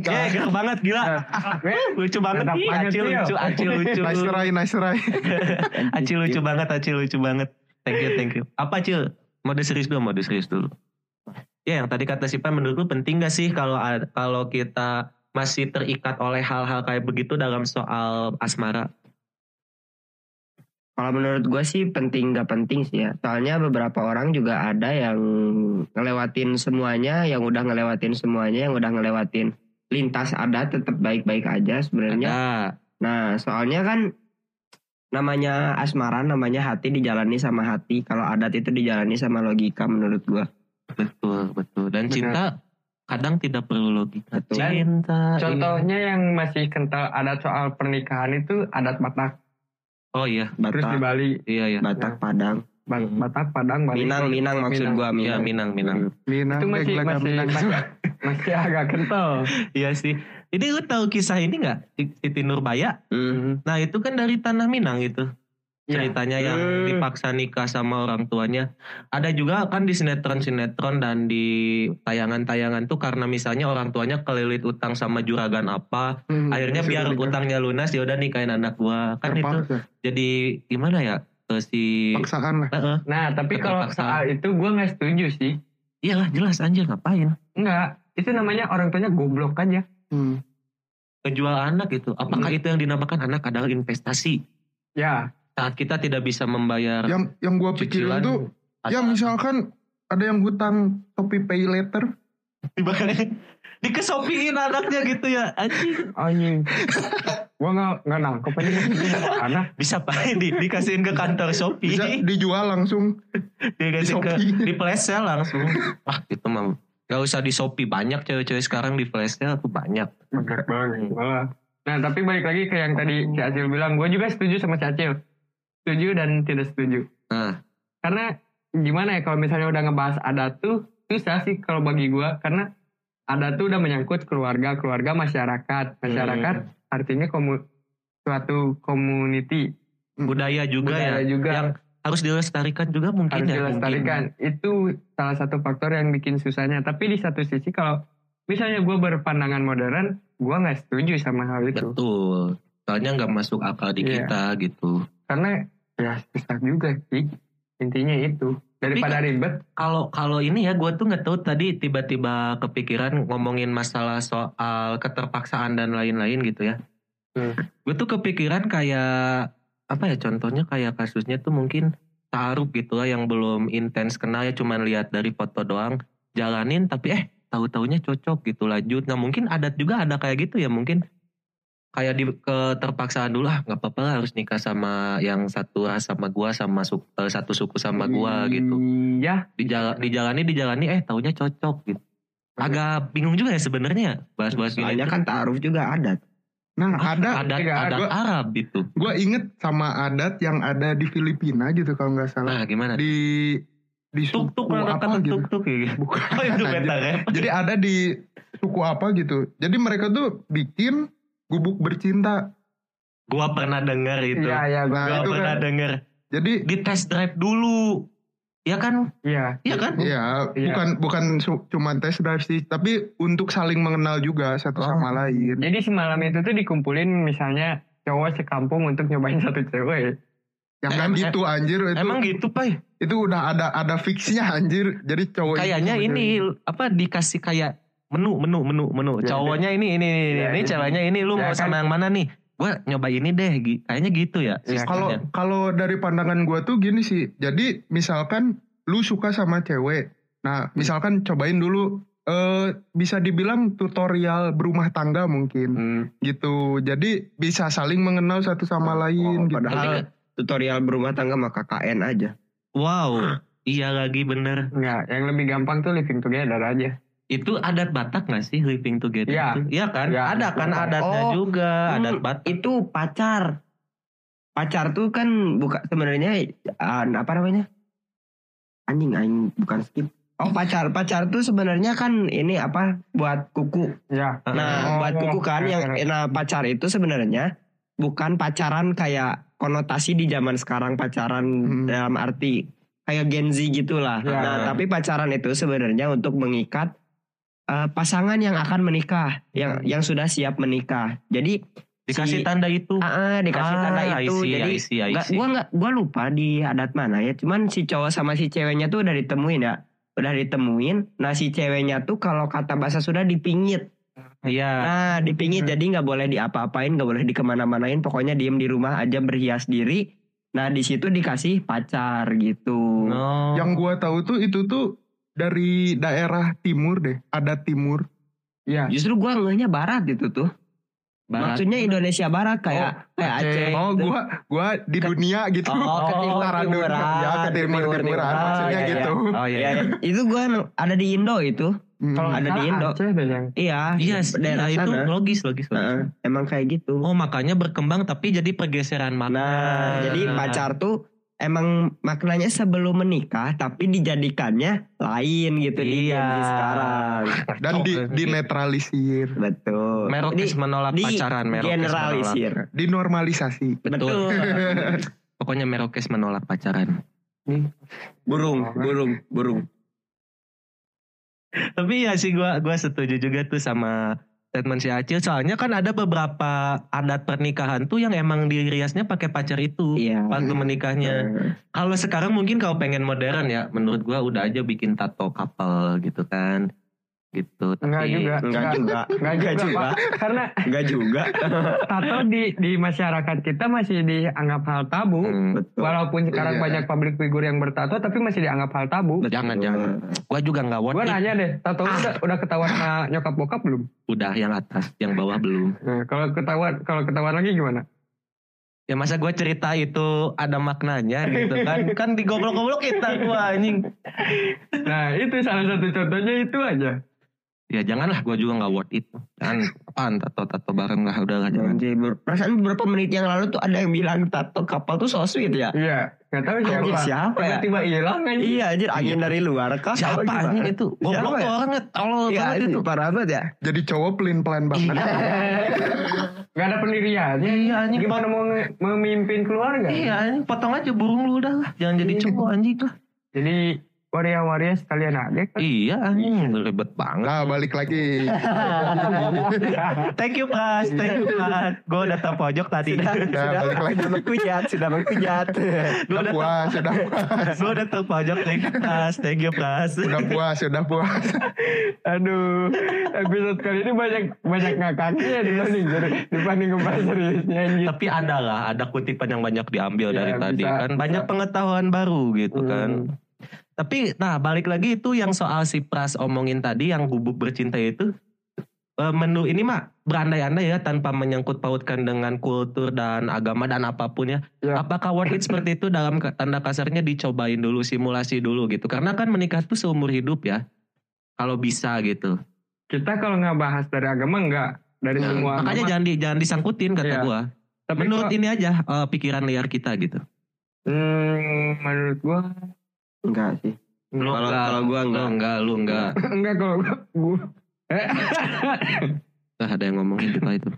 Speaker 3: Eh, gerak banget gila. Lucu banget
Speaker 5: Mantap
Speaker 3: nih,
Speaker 5: banget,
Speaker 3: Acil
Speaker 5: Cil.
Speaker 3: lucu, Acil lucu.
Speaker 2: Nice try, nice try.
Speaker 3: Acil lucu banget, Acil lucu banget. Thank you, thank you. Apa Acil? Mode serius dulu, mode serius dulu. Ya yang tadi kata Sipa menurut lu penting gak sih kalau ad- kalau kita masih terikat oleh hal-hal kayak begitu dalam soal asmara?
Speaker 7: Kalau menurut gue sih penting gak penting sih ya. Soalnya beberapa orang juga ada yang ngelewatin semuanya, yang udah ngelewatin semuanya, yang udah ngelewatin lintas adat tetap baik-baik aja sebenarnya.
Speaker 3: Ada.
Speaker 7: Nah, soalnya kan namanya asmara, namanya hati dijalani sama hati. Kalau adat itu dijalani sama logika menurut gua.
Speaker 3: Betul, betul. Dan
Speaker 2: Benar.
Speaker 3: cinta kadang tidak perlu logika.
Speaker 7: Betul.
Speaker 3: Cinta. Nah, iya. ini-
Speaker 5: Contohnya yang masih kental adat soal pernikahan itu adat Batak.
Speaker 3: Oh iya,
Speaker 5: Terus di
Speaker 7: Batak,
Speaker 5: Bali,
Speaker 3: iya iya.
Speaker 7: Batak, Padang,
Speaker 5: Ba-
Speaker 3: Hmm.
Speaker 5: Batak, Padang, Bali.
Speaker 7: Minang, Minang maksud
Speaker 5: Minang.
Speaker 7: gua
Speaker 3: Iya,
Speaker 7: Minang.
Speaker 3: Minang, Minang.
Speaker 2: Minang,
Speaker 5: Itu masih
Speaker 2: Deglaga,
Speaker 5: masih
Speaker 2: Minang.
Speaker 5: masih, masih agak kental.
Speaker 3: Iya sih. Ini lu tahu kisah ini nggak? Siti Nurbaya.
Speaker 7: Hmm.
Speaker 3: Nah itu kan dari tanah Minang gitu.
Speaker 5: Iya.
Speaker 3: ceritanya yang
Speaker 7: Hmm.
Speaker 3: dipaksa nikah sama orang tuanya. Ada juga kan di sinetron-sinetron dan di tayangan-tayangan tuh karena misalnya orang tuanya kelilit utang sama juragan apa,
Speaker 2: Hmm,
Speaker 3: akhirnya
Speaker 2: disuruh
Speaker 3: biar
Speaker 2: nikah.
Speaker 3: utangnya lunas ya udah nikahin anak gua. Kan itu
Speaker 2: Terpaksa.
Speaker 3: jadi gimana ya? Ke si
Speaker 2: Iya, paksaan lah.
Speaker 3: Heeh.
Speaker 5: Nah, tapi kalau
Speaker 3: Keterpaksaan.
Speaker 5: soal itu gue nggak setuju sih.
Speaker 3: Iyalah jelas anjir ngapain?
Speaker 5: Enggak, itu namanya orang tuanya goblok aja.
Speaker 2: Hmm.
Speaker 3: Kejual anak itu. Apakah itu yang dinamakan anak adalah investasi?
Speaker 5: Ya,
Speaker 3: Saat kita tidak bisa membayar
Speaker 2: Yang yang gua pikirin
Speaker 3: Nah, cicilan
Speaker 2: tuh, ya misalkan ada yang hutang topi pay later,
Speaker 3: dibakar dikesopiin anaknya gitu ya. Anjing.
Speaker 5: anjing. gue nggak nggak nangkep aja maksudnya anak.
Speaker 3: bisa pakai di, dikasihin ke kantor Shopee
Speaker 2: bisa dijual langsung. di
Speaker 3: dikasih ke
Speaker 2: Shopee.
Speaker 3: di flash sale langsung ah itu mah gak usah di Shopee banyak cewek-cewek sekarang di flash sale tuh banyak
Speaker 5: Bener banget. Nah, tapi balik lagi ke yang tadi si Acil bilang, gue juga setuju sama si Acil. Setuju dan tidak setuju.
Speaker 3: Nah.
Speaker 5: Karena gimana ya kalau misalnya udah ngebahas adat tuh susah sih kalau bagi gue karena adat tuh udah menyangkut keluarga, keluarga masyarakat, masyarakat artinya komu- suatu community
Speaker 3: budaya
Speaker 5: Hmm.
Speaker 3: juga
Speaker 5: budaya
Speaker 3: ya
Speaker 5: juga
Speaker 3: yang harus dilestarikan juga mungkin
Speaker 5: harus
Speaker 3: ya
Speaker 5: dilestarikan. Itu salah satu faktor yang bikin susahnya. Tapi di satu sisi kalau misalnya gue berpandangan modern, gue nggak setuju sama hal
Speaker 3: mungkin.
Speaker 5: itu.
Speaker 3: betul soalnya nggak masuk akal di
Speaker 5: Iya.
Speaker 3: kita gitu
Speaker 5: Karena ya susah juga sih. Intinya itu. Daripada ribet,
Speaker 3: kalau kalau ini ya gue tuh nggak tahu tadi tiba-tiba kepikiran ngomongin masalah soal keterpaksaan dan lain-lain gitu ya.
Speaker 5: Hmm.
Speaker 3: Gue tuh kepikiran kayak apa ya contohnya kayak kasusnya tuh mungkin taruh gitu lah yang belum intens kenal ya cuman lihat dari foto doang jalanin tapi eh tahu-taunya cocok gitu lanjut. Nah mungkin adat juga ada kayak gitu ya mungkin kayak di keterpaksaan dulu lah nggak apa-apa lah harus nikah sama yang satu ras sama gua sama su- eh, satu suku sama gua gitu
Speaker 5: Iya,
Speaker 3: dijala, dijalani dijalani eh taunya cocok gitu agak bingung juga ya sebenarnya ya, bahas-bahas gini
Speaker 7: Soalnya kan ta'aruf juga adat.
Speaker 2: Nah, ada
Speaker 3: adat
Speaker 5: Iya,
Speaker 3: adat
Speaker 2: gua-
Speaker 3: Arab gitu
Speaker 2: gua inget sama adat yang ada di Filipina gitu kalau nggak salah.
Speaker 3: nah gimana
Speaker 2: Di di
Speaker 3: tuk tuk
Speaker 2: suku apa
Speaker 3: kata
Speaker 2: gitu.
Speaker 3: tuk tuk ya
Speaker 2: Bukan.
Speaker 3: oh itu
Speaker 2: anjir.
Speaker 3: beta rap
Speaker 2: Jadi ada di suku apa gitu. Jadi mereka tuh bikin gubuk bercinta.
Speaker 3: gua pernah dengar itu
Speaker 5: iya, iya, gua-
Speaker 2: Nah,
Speaker 3: gua
Speaker 2: itu
Speaker 3: pernah
Speaker 2: kan.
Speaker 3: dengar
Speaker 2: Jadi
Speaker 3: di test drive dulu ya kan
Speaker 5: iya.
Speaker 3: iya kan
Speaker 2: ya
Speaker 5: Iya.
Speaker 2: bukan bukan su- cuman test drive sih, tapi untuk saling mengenal juga satu sama lain.
Speaker 5: Jadi semalam itu tuh dikumpulin misalnya cowok sekampung untuk nyobain satu cewek.
Speaker 2: Yang kan
Speaker 3: Em-
Speaker 2: gitu anjir itu
Speaker 3: emang gitu
Speaker 2: Oh,
Speaker 3: pai
Speaker 2: itu udah ada ada fixnya anjir. Jadi cowok
Speaker 3: kayaknya
Speaker 2: sama
Speaker 3: ini
Speaker 2: cewek.
Speaker 3: apa dikasih kayak menu menu menu
Speaker 2: Iya,
Speaker 3: menu
Speaker 5: Ya,
Speaker 3: cowoknya ini ini ini ini,
Speaker 5: Ya,
Speaker 3: ini
Speaker 5: ya.
Speaker 3: ceweknya ini lu
Speaker 5: Ya,
Speaker 3: mau
Speaker 5: kan.
Speaker 3: sama yang mana nih gua nyoba ini deh gi- kayaknya gitu
Speaker 2: Iya
Speaker 5: Ya,
Speaker 3: ya sistemnya.
Speaker 2: kalau kalau dari pandangan gua tuh gini sih. Jadi misalkan lu suka sama cewek. Nah, misalkan cobain dulu eh bisa dibilang tutorial berumah tangga mungkin. gitu jadi bisa saling mengenal satu sama lain gitu
Speaker 7: Oh, Padahal tutorial berumah tangga mah KKN aja.
Speaker 3: Wow, iya lagi bener.
Speaker 5: Enggak, Hmm. yang lebih gampang tuh living together aja.
Speaker 3: Itu adat Batak gak sih living together?
Speaker 5: Iya.
Speaker 3: itu? Iya kan?
Speaker 5: Iya.
Speaker 3: Ada kan adatnya
Speaker 7: Oh.
Speaker 3: juga, adat
Speaker 7: Hmm,
Speaker 3: Batak.
Speaker 7: itu pacar pacar tuh kan buka sebenarnya uh, apa namanya anjing anjing bukan skip oh pacar pacar tuh sebenarnya kan ini apa buat kuku
Speaker 5: Ya.
Speaker 7: nah
Speaker 5: Oh,
Speaker 7: buat kuku kan yang nah pacar itu sebenarnya bukan pacaran kayak konotasi di zaman sekarang pacaran
Speaker 2: Hmm.
Speaker 7: dalam arti kayak Gen Z gitulah
Speaker 5: Ya.
Speaker 7: nah tapi pacaran itu sebenarnya untuk mengikat uh, pasangan yang akan menikah
Speaker 5: Hmm.
Speaker 7: yang yang sudah siap menikah jadi
Speaker 3: Dikasih
Speaker 7: si-
Speaker 3: tanda itu.
Speaker 7: Ah, ah, dikasih tanda
Speaker 3: Ah, I
Speaker 7: itu.
Speaker 3: see,
Speaker 7: Jadi
Speaker 3: I see, I
Speaker 7: nggak,
Speaker 3: see.
Speaker 7: gua nggak, gua lupa di adat mana ya. Cuman si cowok sama si ceweknya tuh udah ditemuin ya, udah ditemuin. Nah si ceweknya tuh kalau kata bahasa sudah dipingit.
Speaker 3: Iya.
Speaker 7: Nah dipingit jadi nggak boleh diapa-apain, nggak boleh dikemana-manain. Pokoknya diem di rumah aja berhias diri. Nah di situ dikasih pacar gitu.
Speaker 3: No.
Speaker 2: Yang gua tahu tuh itu tuh dari daerah timur deh, adat timur.
Speaker 7: Justru gua ngehnya barat gitu tuh.
Speaker 3: Barat.
Speaker 7: Maksudnya Indonesia barat kayak kayak Aceh.
Speaker 2: Oh, gua gua di dunia gitu.
Speaker 7: Oh, ke timur
Speaker 2: Utara dunia,
Speaker 7: timuran.
Speaker 2: ya ke timur
Speaker 7: Timur
Speaker 2: timuran,
Speaker 7: timuran.
Speaker 2: maksudnya
Speaker 7: Oh, iya,
Speaker 2: gitu.
Speaker 3: Oh
Speaker 7: Iya,
Speaker 3: iya.
Speaker 7: iya. itu gua ada di Indo itu.
Speaker 2: Hmm.
Speaker 5: Kalau
Speaker 7: Ada
Speaker 5: ada
Speaker 7: di
Speaker 5: di
Speaker 7: Indo.
Speaker 5: Aceh deh Ah, yang
Speaker 7: Iya,
Speaker 3: Iya,
Speaker 7: daerah
Speaker 3: nah, itu
Speaker 7: sana.
Speaker 3: logis, logis, logis.
Speaker 7: Heeh, emang kayak gitu.
Speaker 3: Oh, makanya berkembang tapi jadi pergeseran makna.
Speaker 7: Nah, jadi pacar tuh emang maknanya sebelum menikah tapi dijadikannya lain gitu di
Speaker 3: Iya.
Speaker 7: di sekarang.
Speaker 2: Dan
Speaker 5: Oh,
Speaker 2: di
Speaker 5: iya.
Speaker 2: dinetralisir,
Speaker 7: Betul.
Speaker 3: Merokes
Speaker 7: Di-
Speaker 3: menolak
Speaker 7: di
Speaker 3: pacaran, Merokes menolak.
Speaker 7: generalisir.
Speaker 2: dinormalisasi.
Speaker 3: Betul. Pokoknya Merokes menolak pacaran.
Speaker 7: burung, burung, burung.
Speaker 3: Tapi ya sih gua gua setuju juga tuh sama statement si Acil. Soalnya kan ada beberapa adat pernikahan tuh yang emang diriasnya pakai pacar itu.
Speaker 7: Iya.
Speaker 3: Waktu menikahnya. Kalau sekarang mungkin kalau pengen modern ya, menurut gua udah aja bikin tato couple gitu kan. Gitu.
Speaker 5: enggak
Speaker 3: Tapi-
Speaker 5: juga.
Speaker 7: Enggak juga.
Speaker 5: Enggak
Speaker 7: Enggak
Speaker 5: juga,
Speaker 7: juga.
Speaker 5: Pak. Karena
Speaker 7: Enggak juga.
Speaker 5: tato di di masyarakat kita masih dianggap hal tabu.
Speaker 3: Hmm.
Speaker 7: Betul.
Speaker 5: Walaupun sekarang
Speaker 2: Iya.
Speaker 5: banyak public figure yang bertato tapi masih dianggap hal tabu.
Speaker 3: Jangan, jangan. Gua juga nggak worth
Speaker 5: Gue
Speaker 3: it.
Speaker 5: nanya deh, tato lu udah, udah ketahuan sama nyokap bokap belum?
Speaker 3: Udah yang atas, yang bawah belum.
Speaker 5: Nah, kalau ketahuan kalau ketahuan lagi gimana?
Speaker 3: Ya masa gua cerita itu ada maknanya gitu kan. kan digoblok-goblok kita gua anjing.
Speaker 5: Nah, itu salah satu contohnya itu aja.
Speaker 3: Ya janganlah gua juga nggak worth it. Kan apaan tato-tato bareng lah udah lah jangan.
Speaker 7: Anjir, ber- perasaan beberapa menit yang lalu tuh ada yang bilang tato kapal tuh so sweet ya.
Speaker 5: Iya, enggak tahu siapa.
Speaker 7: Anjir siapa ya?
Speaker 5: Tiba-tiba hilang aja.
Speaker 7: Iya anjir angin dari luar kah?
Speaker 3: Siapa
Speaker 7: Apa gimana?
Speaker 3: anjing itu? Goblok
Speaker 7: Siapa
Speaker 3: tuh
Speaker 7: ya?
Speaker 3: orang tolol
Speaker 7: Iya
Speaker 3: banget
Speaker 7: itu
Speaker 3: itu.
Speaker 7: parah banget ya.
Speaker 2: Jadi cowok pelin pelan banget.
Speaker 7: Iya.
Speaker 5: Gak ada pendiriannya.
Speaker 3: Iya, anjing.
Speaker 5: Gimana mau nge- memimpin keluarga?
Speaker 3: Iya, anjing potong aja burung lu udah lah. Jangan
Speaker 7: Iya.
Speaker 3: jadi cowok anjing lah.
Speaker 5: Jadi waria-waria sekalian aja. kan.
Speaker 3: Iya anjing ribet banget.
Speaker 2: Nah balik lagi.
Speaker 3: Thank you Pras, thank you Pras. Gua udah tau pojok tadi.
Speaker 2: Nah balik lagi.
Speaker 7: Menghujat, Iya. sudah menghujat.
Speaker 2: Udah puas, sudah puas,
Speaker 3: Gua udah tau pojok, thank you Pras, thank you Pras.
Speaker 2: sudah puas, sudah puas.
Speaker 5: Aduh, episode kali ini banyak banyak ngakaknya dibanding dibanding ngebahas seriusnya gitu.
Speaker 3: Tapi ada lah, ada kutipan yang banyak diambil
Speaker 5: Ya,
Speaker 3: dari
Speaker 5: bisa,
Speaker 3: tadi kan. Banyak
Speaker 5: bisa.
Speaker 3: pengetahuan baru gitu
Speaker 5: Hmm.
Speaker 3: kan. Tapi nah balik lagi itu yang soal si Pras omongin tadi yang gubuk bercinta itu. eh, Menu ini mah berandai-andai ya tanpa menyangkut pautkan dengan kultur dan agama dan apapun ya.
Speaker 5: Ya.
Speaker 7: Iya.
Speaker 3: Apakah worth it seperti itu dalam ka- tanda kasarnya dicobain dulu, simulasi dulu gitu. Karena kan menikah tuh seumur hidup ya. Kalau bisa gitu. Nah,
Speaker 5: Kita kalau nggak bahas dari agama nggak dari
Speaker 2: Nah,
Speaker 7: Iya.
Speaker 5: semua
Speaker 3: Makanya
Speaker 5: agama.
Speaker 3: jangan di, jangan disangkutin kata
Speaker 5: Iya.
Speaker 3: gua.
Speaker 5: Tapi
Speaker 3: Menurut
Speaker 5: kok-
Speaker 3: ini aja eh, pikiran liar kita gitu.
Speaker 5: hmm, menurut gua
Speaker 7: Enggak sih.
Speaker 3: Lu
Speaker 7: Kalau-
Speaker 3: enggak,
Speaker 7: kalau gua enggak.
Speaker 3: Lu enggak, lu enggak.
Speaker 5: enggak kalau gua, gua
Speaker 3: Nah, ada yang ngomongin juga itu.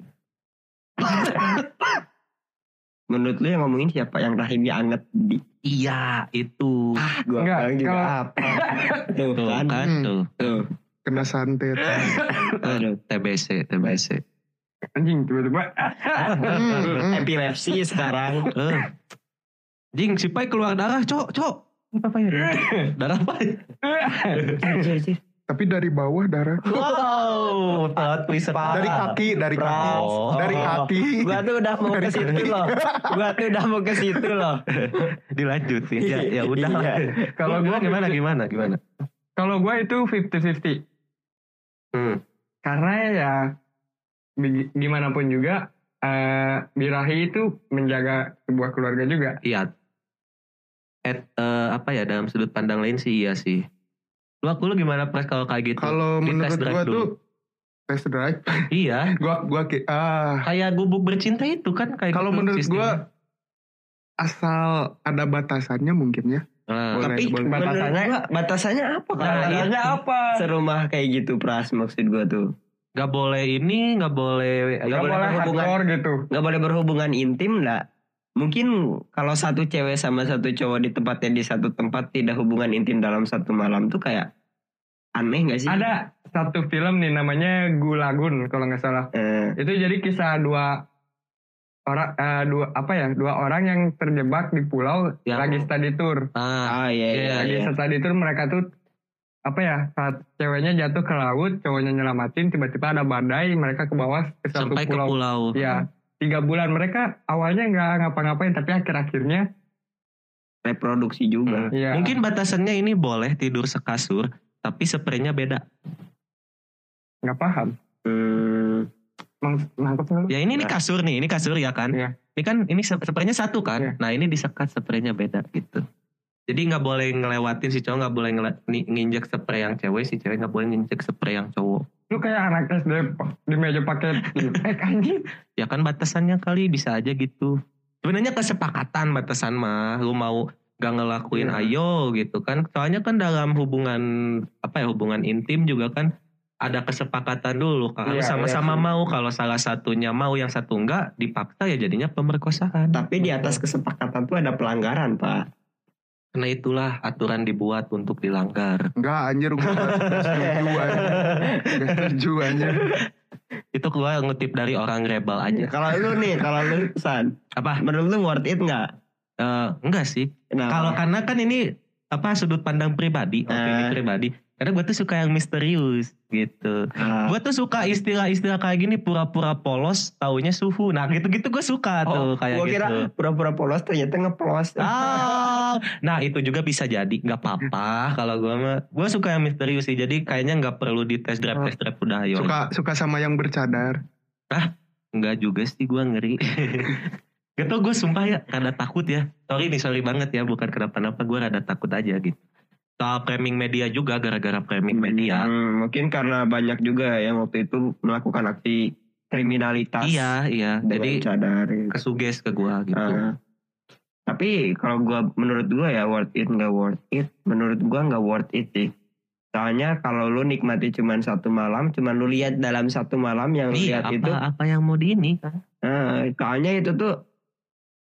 Speaker 7: Menurut lu yang ngomongin siapa yang rahimnya anget di
Speaker 3: Iya, itu.
Speaker 7: gua
Speaker 5: Enggak,
Speaker 7: bilang juga
Speaker 5: kalau-
Speaker 7: apa. Tuh
Speaker 3: Tuh
Speaker 7: Ah, kan.
Speaker 3: kan,
Speaker 2: Hmm.
Speaker 3: tuh.
Speaker 7: Tuh.
Speaker 2: Kena santet.
Speaker 7: Aduh.
Speaker 3: TBC, TBC.
Speaker 5: anjing tiba-tiba
Speaker 2: Hmm, hmm.
Speaker 7: Epilepsi sekarang.
Speaker 3: Eh. Jing, si Pai keluar darah, cok, cok. Apa ya? Darah Pai.
Speaker 2: Tapi dari bawah darah.
Speaker 3: Wow, plot twist
Speaker 5: Ah,
Speaker 2: Dari
Speaker 3: parah.
Speaker 2: kaki, dari kaki,
Speaker 3: Oh.
Speaker 2: dari kaki.
Speaker 7: gua tuh udah mau ke situ loh. Gua tuh udah mau ke situ loh.
Speaker 3: Dilanjutin. Ya, ya udah.
Speaker 7: Iya.
Speaker 3: Kalau gua gimana gimana gimana?
Speaker 5: kalau gua itu 50-50
Speaker 3: Hmm.
Speaker 5: karena ya bi- gimana pun juga eh birahi itu menjaga sebuah keluarga juga
Speaker 3: Iya. At, eh, apa ya dalam sudut pandang lain sih iya sih. Lu aku lu gimana pres kalau kayak gitu?
Speaker 2: Kalau
Speaker 3: Di test
Speaker 2: menurut
Speaker 3: drive
Speaker 2: gua
Speaker 3: dulu.
Speaker 2: tuh test drive.
Speaker 3: iya.
Speaker 2: Gua gua ki- ah
Speaker 3: kayak gubuk bercinta itu kan kayak
Speaker 2: Kalau
Speaker 3: gitu
Speaker 2: menurut
Speaker 3: sistemnya.
Speaker 2: gua asal ada batasannya mungkin ya.
Speaker 3: Nah,
Speaker 2: Boleh,
Speaker 7: Tapi
Speaker 2: boleh.
Speaker 7: batasannya batasannya apa kalau
Speaker 3: Nah, iya.
Speaker 7: batasannya apa? Serumah kayak gitu pras maksud gua tuh.
Speaker 3: nggak boleh ini nggak Ya, boleh
Speaker 7: Nggak
Speaker 5: Gak
Speaker 7: boleh
Speaker 5: boleh
Speaker 7: berhubungan.
Speaker 5: hardcore gitu
Speaker 7: nggak boleh berhubungan intim nggak mungkin kalau satu cewek sama satu cowok di tempatnya di satu tempat tidak hubungan intim dalam satu malam tuh kayak aneh nggak sih
Speaker 5: ada satu film nih namanya Gulagun kalau nggak salah
Speaker 7: eh,
Speaker 5: itu jadi kisah dua orang eh, dua apa ya dua orang yang terjebak di pulau
Speaker 3: Yang-
Speaker 5: lagi study tour
Speaker 3: ah,
Speaker 7: ah iya iya,
Speaker 5: lagi
Speaker 7: iya.
Speaker 5: study tour mereka tuh apa ya saat ceweknya jatuh ke laut cowoknya nyelamatin tiba-tiba ada badai mereka ke bawah ke satu
Speaker 3: sampai ke
Speaker 5: pulau
Speaker 3: pulau
Speaker 5: ya tiga bulan mereka awalnya nggak ngapa-ngapain tapi akhir-akhirnya
Speaker 7: reproduksi juga.
Speaker 5: Iya.
Speaker 3: Mungkin batasannya ini boleh tidur sekasur, tapi spraynya beda.
Speaker 5: nggak paham.
Speaker 7: Hmm,
Speaker 5: Mang, nangkep nggak lu?
Speaker 3: Ya ini ini kasur nih, ini kasur ya kan?
Speaker 5: Nah. Iya.
Speaker 3: Ini kan ini sp- spraynya satu kan?
Speaker 5: Iya.
Speaker 3: Nah ini disekat spraynya beda gitu. Jadi nggak boleh ngelewatin si cowok nggak boleh ngele- ni- nginjek spray yang cewek, si cewek nggak boleh nginjek spray yang cowok.
Speaker 5: Lu kayak anak SD po- di meja pakai eh anjing.
Speaker 3: Ya kan batasannya kali bisa aja gitu. Sebenarnya kesepakatan batasan mah, lu mau gak ngelakuin
Speaker 5: Iya.
Speaker 3: ayo gitu kan? Soalnya kan dalam hubungan apa ya hubungan intim juga kan ada kesepakatan dulu kalau
Speaker 5: Iya,
Speaker 3: sama-sama
Speaker 5: iya.
Speaker 3: mau kalau salah satunya mau yang satu enggak dipaksa ya jadinya pemerkosaan.
Speaker 7: tapi di atas kesepakatan tuh ada pelanggaran, Pak.
Speaker 3: Karena Nah, itulah aturan dibuat untuk dilanggar.
Speaker 2: Enggak anjir gue gak setuju anjir. Gak setuju anjir.
Speaker 3: Itu gua ngutip dari orang rebel aja.
Speaker 7: Iya. Kalau lu nih, kalau lu San,
Speaker 3: Apa?
Speaker 7: menurut lu worth it nggak? Nah,
Speaker 3: Eh, enggak sih.
Speaker 7: Kenapa?
Speaker 3: Kalau karena kan ini apa sudut pandang pribadi, opini
Speaker 7: Eh.
Speaker 3: pribadi. Karena gue tuh suka yang misterius gitu.
Speaker 7: Ah,
Speaker 3: Gue tuh suka istilah-istilah kayak gini pura-pura polos, taunya suhu. Nah gitu-gitu gue suka tuh
Speaker 7: oh,
Speaker 3: kayak
Speaker 7: gua
Speaker 3: gitu.
Speaker 7: kira pura-pura polos ternyata ngeplos.
Speaker 3: Ah, nah itu juga bisa jadi nggak apa-apa kalau gue mah gue suka yang misterius sih jadi kayaknya nggak perlu di test drive test drive udah ayo
Speaker 2: Suka suka sama yang bercadar.
Speaker 3: Enggak juga sih gue ngeri. Gak tau gue sumpah ya rada takut ya. Sorry nih sorry banget ya bukan kenapa-napa gue rada takut aja gitu. Soal framing media juga gara-gara framing media.
Speaker 7: Hmm, mungkin karena banyak juga yang waktu itu melakukan aksi kriminalitas.
Speaker 3: Iya iya
Speaker 7: Jadi
Speaker 3: jadi
Speaker 7: cadar. gitu.
Speaker 3: kesuges ke gue gitu.
Speaker 7: Ah. tapi kalau gua menurut gua ya worth it nggak worth it. Menurut gua nggak worth it sih. Soalnya kalau lu nikmati cuman satu malam, cuman lu lihat dalam satu malam yang lu
Speaker 3: Iya
Speaker 7: lihat
Speaker 3: apa
Speaker 7: itu
Speaker 3: apa yang mau di ini kan?
Speaker 7: Nah, soalnya itu tuh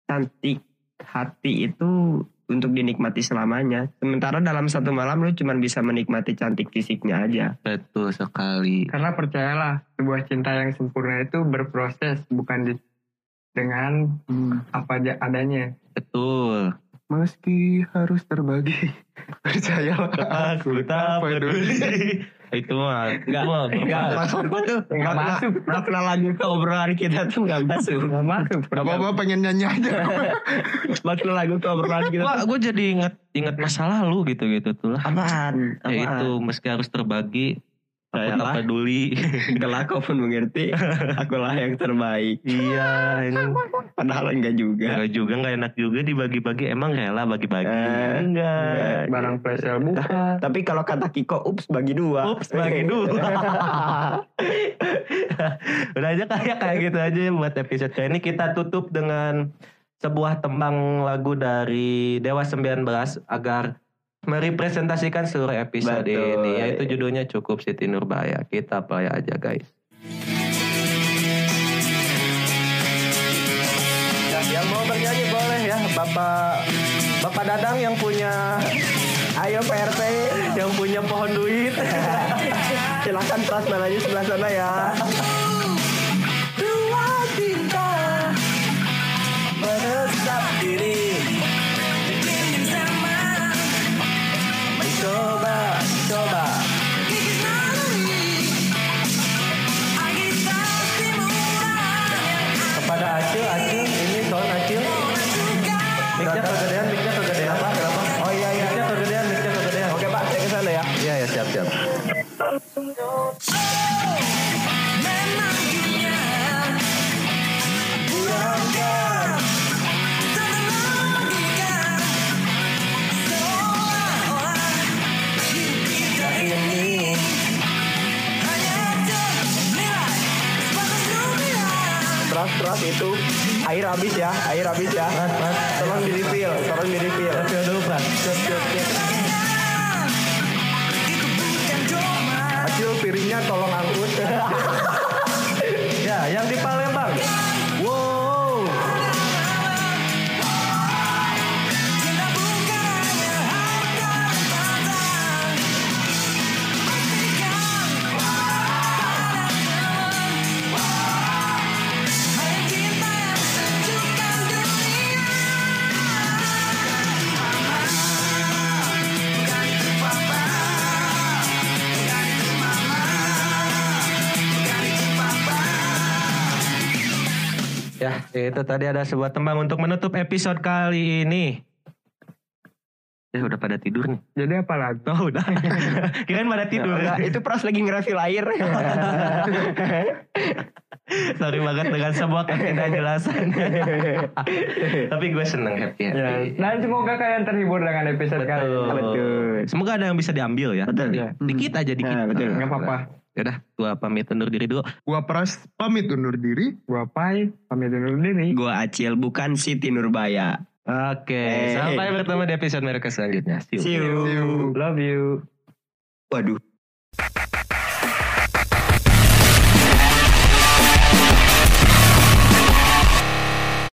Speaker 7: cantik hati itu untuk dinikmati selamanya. Sementara dalam satu malam lu cuman bisa menikmati cantik fisiknya aja.
Speaker 3: Betul sekali.
Speaker 5: Karena percayalah sebuah cinta yang sempurna itu berproses bukan di- dengan
Speaker 7: Hmm.
Speaker 5: apa aja adanya.
Speaker 3: Betul.
Speaker 2: Meski harus terbagi. Percayalah.
Speaker 3: Aku tak peduli. itu mah
Speaker 7: Nggak,
Speaker 3: itu mah
Speaker 7: Enggak masuk tuh. Enggak masuk. Enggak pernah lanjut ke obrolan kita tuh enggak masuk.
Speaker 5: Gak masuk.
Speaker 2: Gak apa-apa pengen nyanyi aja.
Speaker 7: Enggak pernah lanjut ke obrolan kita.
Speaker 3: Wah, gue jadi inget inget masa lalu gitu gitu tuh lah.
Speaker 7: Apaan? Apaan?
Speaker 3: Ya itu meski harus terbagi, aku tak
Speaker 7: Sayalah.
Speaker 3: peduli.
Speaker 7: Kelak kau pun mengerti. Akulah yang terbaik.
Speaker 3: iya, ini
Speaker 7: Padahal enggak juga.
Speaker 3: enggak juga nggak enak juga dibagi-bagi. Emang rela bagi-bagi?
Speaker 7: Eh,
Speaker 3: enggak.
Speaker 5: Barang flash sale buka.
Speaker 7: Tapi kalau kata Kiko, ups bagi dua.
Speaker 3: Ups, bagi dua. Udah aja kayak kayak gitu aja ya buat episode kali ini kita tutup dengan sebuah tembang lagu dari Dewa 19 agar merepresentasikan seluruh episode
Speaker 7: Betul.
Speaker 3: ini yaitu judulnya cukup Siti Nurbaya. Kita play aja guys. Ya, yang mau bernyanyi boleh ya Bapak Bapak Dadang yang punya
Speaker 7: Ayo PRT,
Speaker 3: yang punya pohon duit.
Speaker 7: silakan prasmananya sebelah sana ya.
Speaker 3: Kepada Acil, Acil, ini soal Acil. Miknya kegedean, miknya kegedean. Apa? Kenapa? Oh iya, iya. Miknya kegedean, miknya kegedean. Oke Pak, saya kesana ya. Iya, ya siap, siap.
Speaker 7: Terus terus itu air habis ya, air habis ya. Tolong di refill, tolong di refill. Refill dulu Pras. Siap siap siap. Acil piringnya tolong angkut.
Speaker 3: Ya, yang di Palembang. Wow. Ya, itu tadi ada sebuah tembang untuk menutup episode kali ini.
Speaker 8: Ya
Speaker 7: Eh,
Speaker 8: udah pada tidur nih.
Speaker 5: Jadi apalagi?
Speaker 3: Oh udah. Kirain pada tidur.
Speaker 7: Enggak, itu pras lagi ngerefill air.
Speaker 3: Sorry banget dengan semua ketidakjelasannya. Tapi gue seneng happy
Speaker 5: Ya.
Speaker 3: happy.
Speaker 5: Dan semoga kalian terhibur dengan episode kali ini.
Speaker 7: Betul.
Speaker 3: Semoga ada yang bisa diambil ya.
Speaker 7: Betul.
Speaker 3: Ya, Dikit aja dikit.
Speaker 7: Nah, betul.
Speaker 5: Gak apa-apa.
Speaker 3: Yaudah, gua pamit undur diri dulu.
Speaker 2: Gua Pras pamit undur diri.
Speaker 5: Gua Pai, pamit undur diri.
Speaker 7: Gua acil bukan Siti Nurbaya.
Speaker 3: Oke,
Speaker 7: Hey.
Speaker 3: sampai bertemu di episode mereka selanjutnya. See you.
Speaker 7: See you.
Speaker 2: See you.
Speaker 5: Love you.
Speaker 7: Waduh.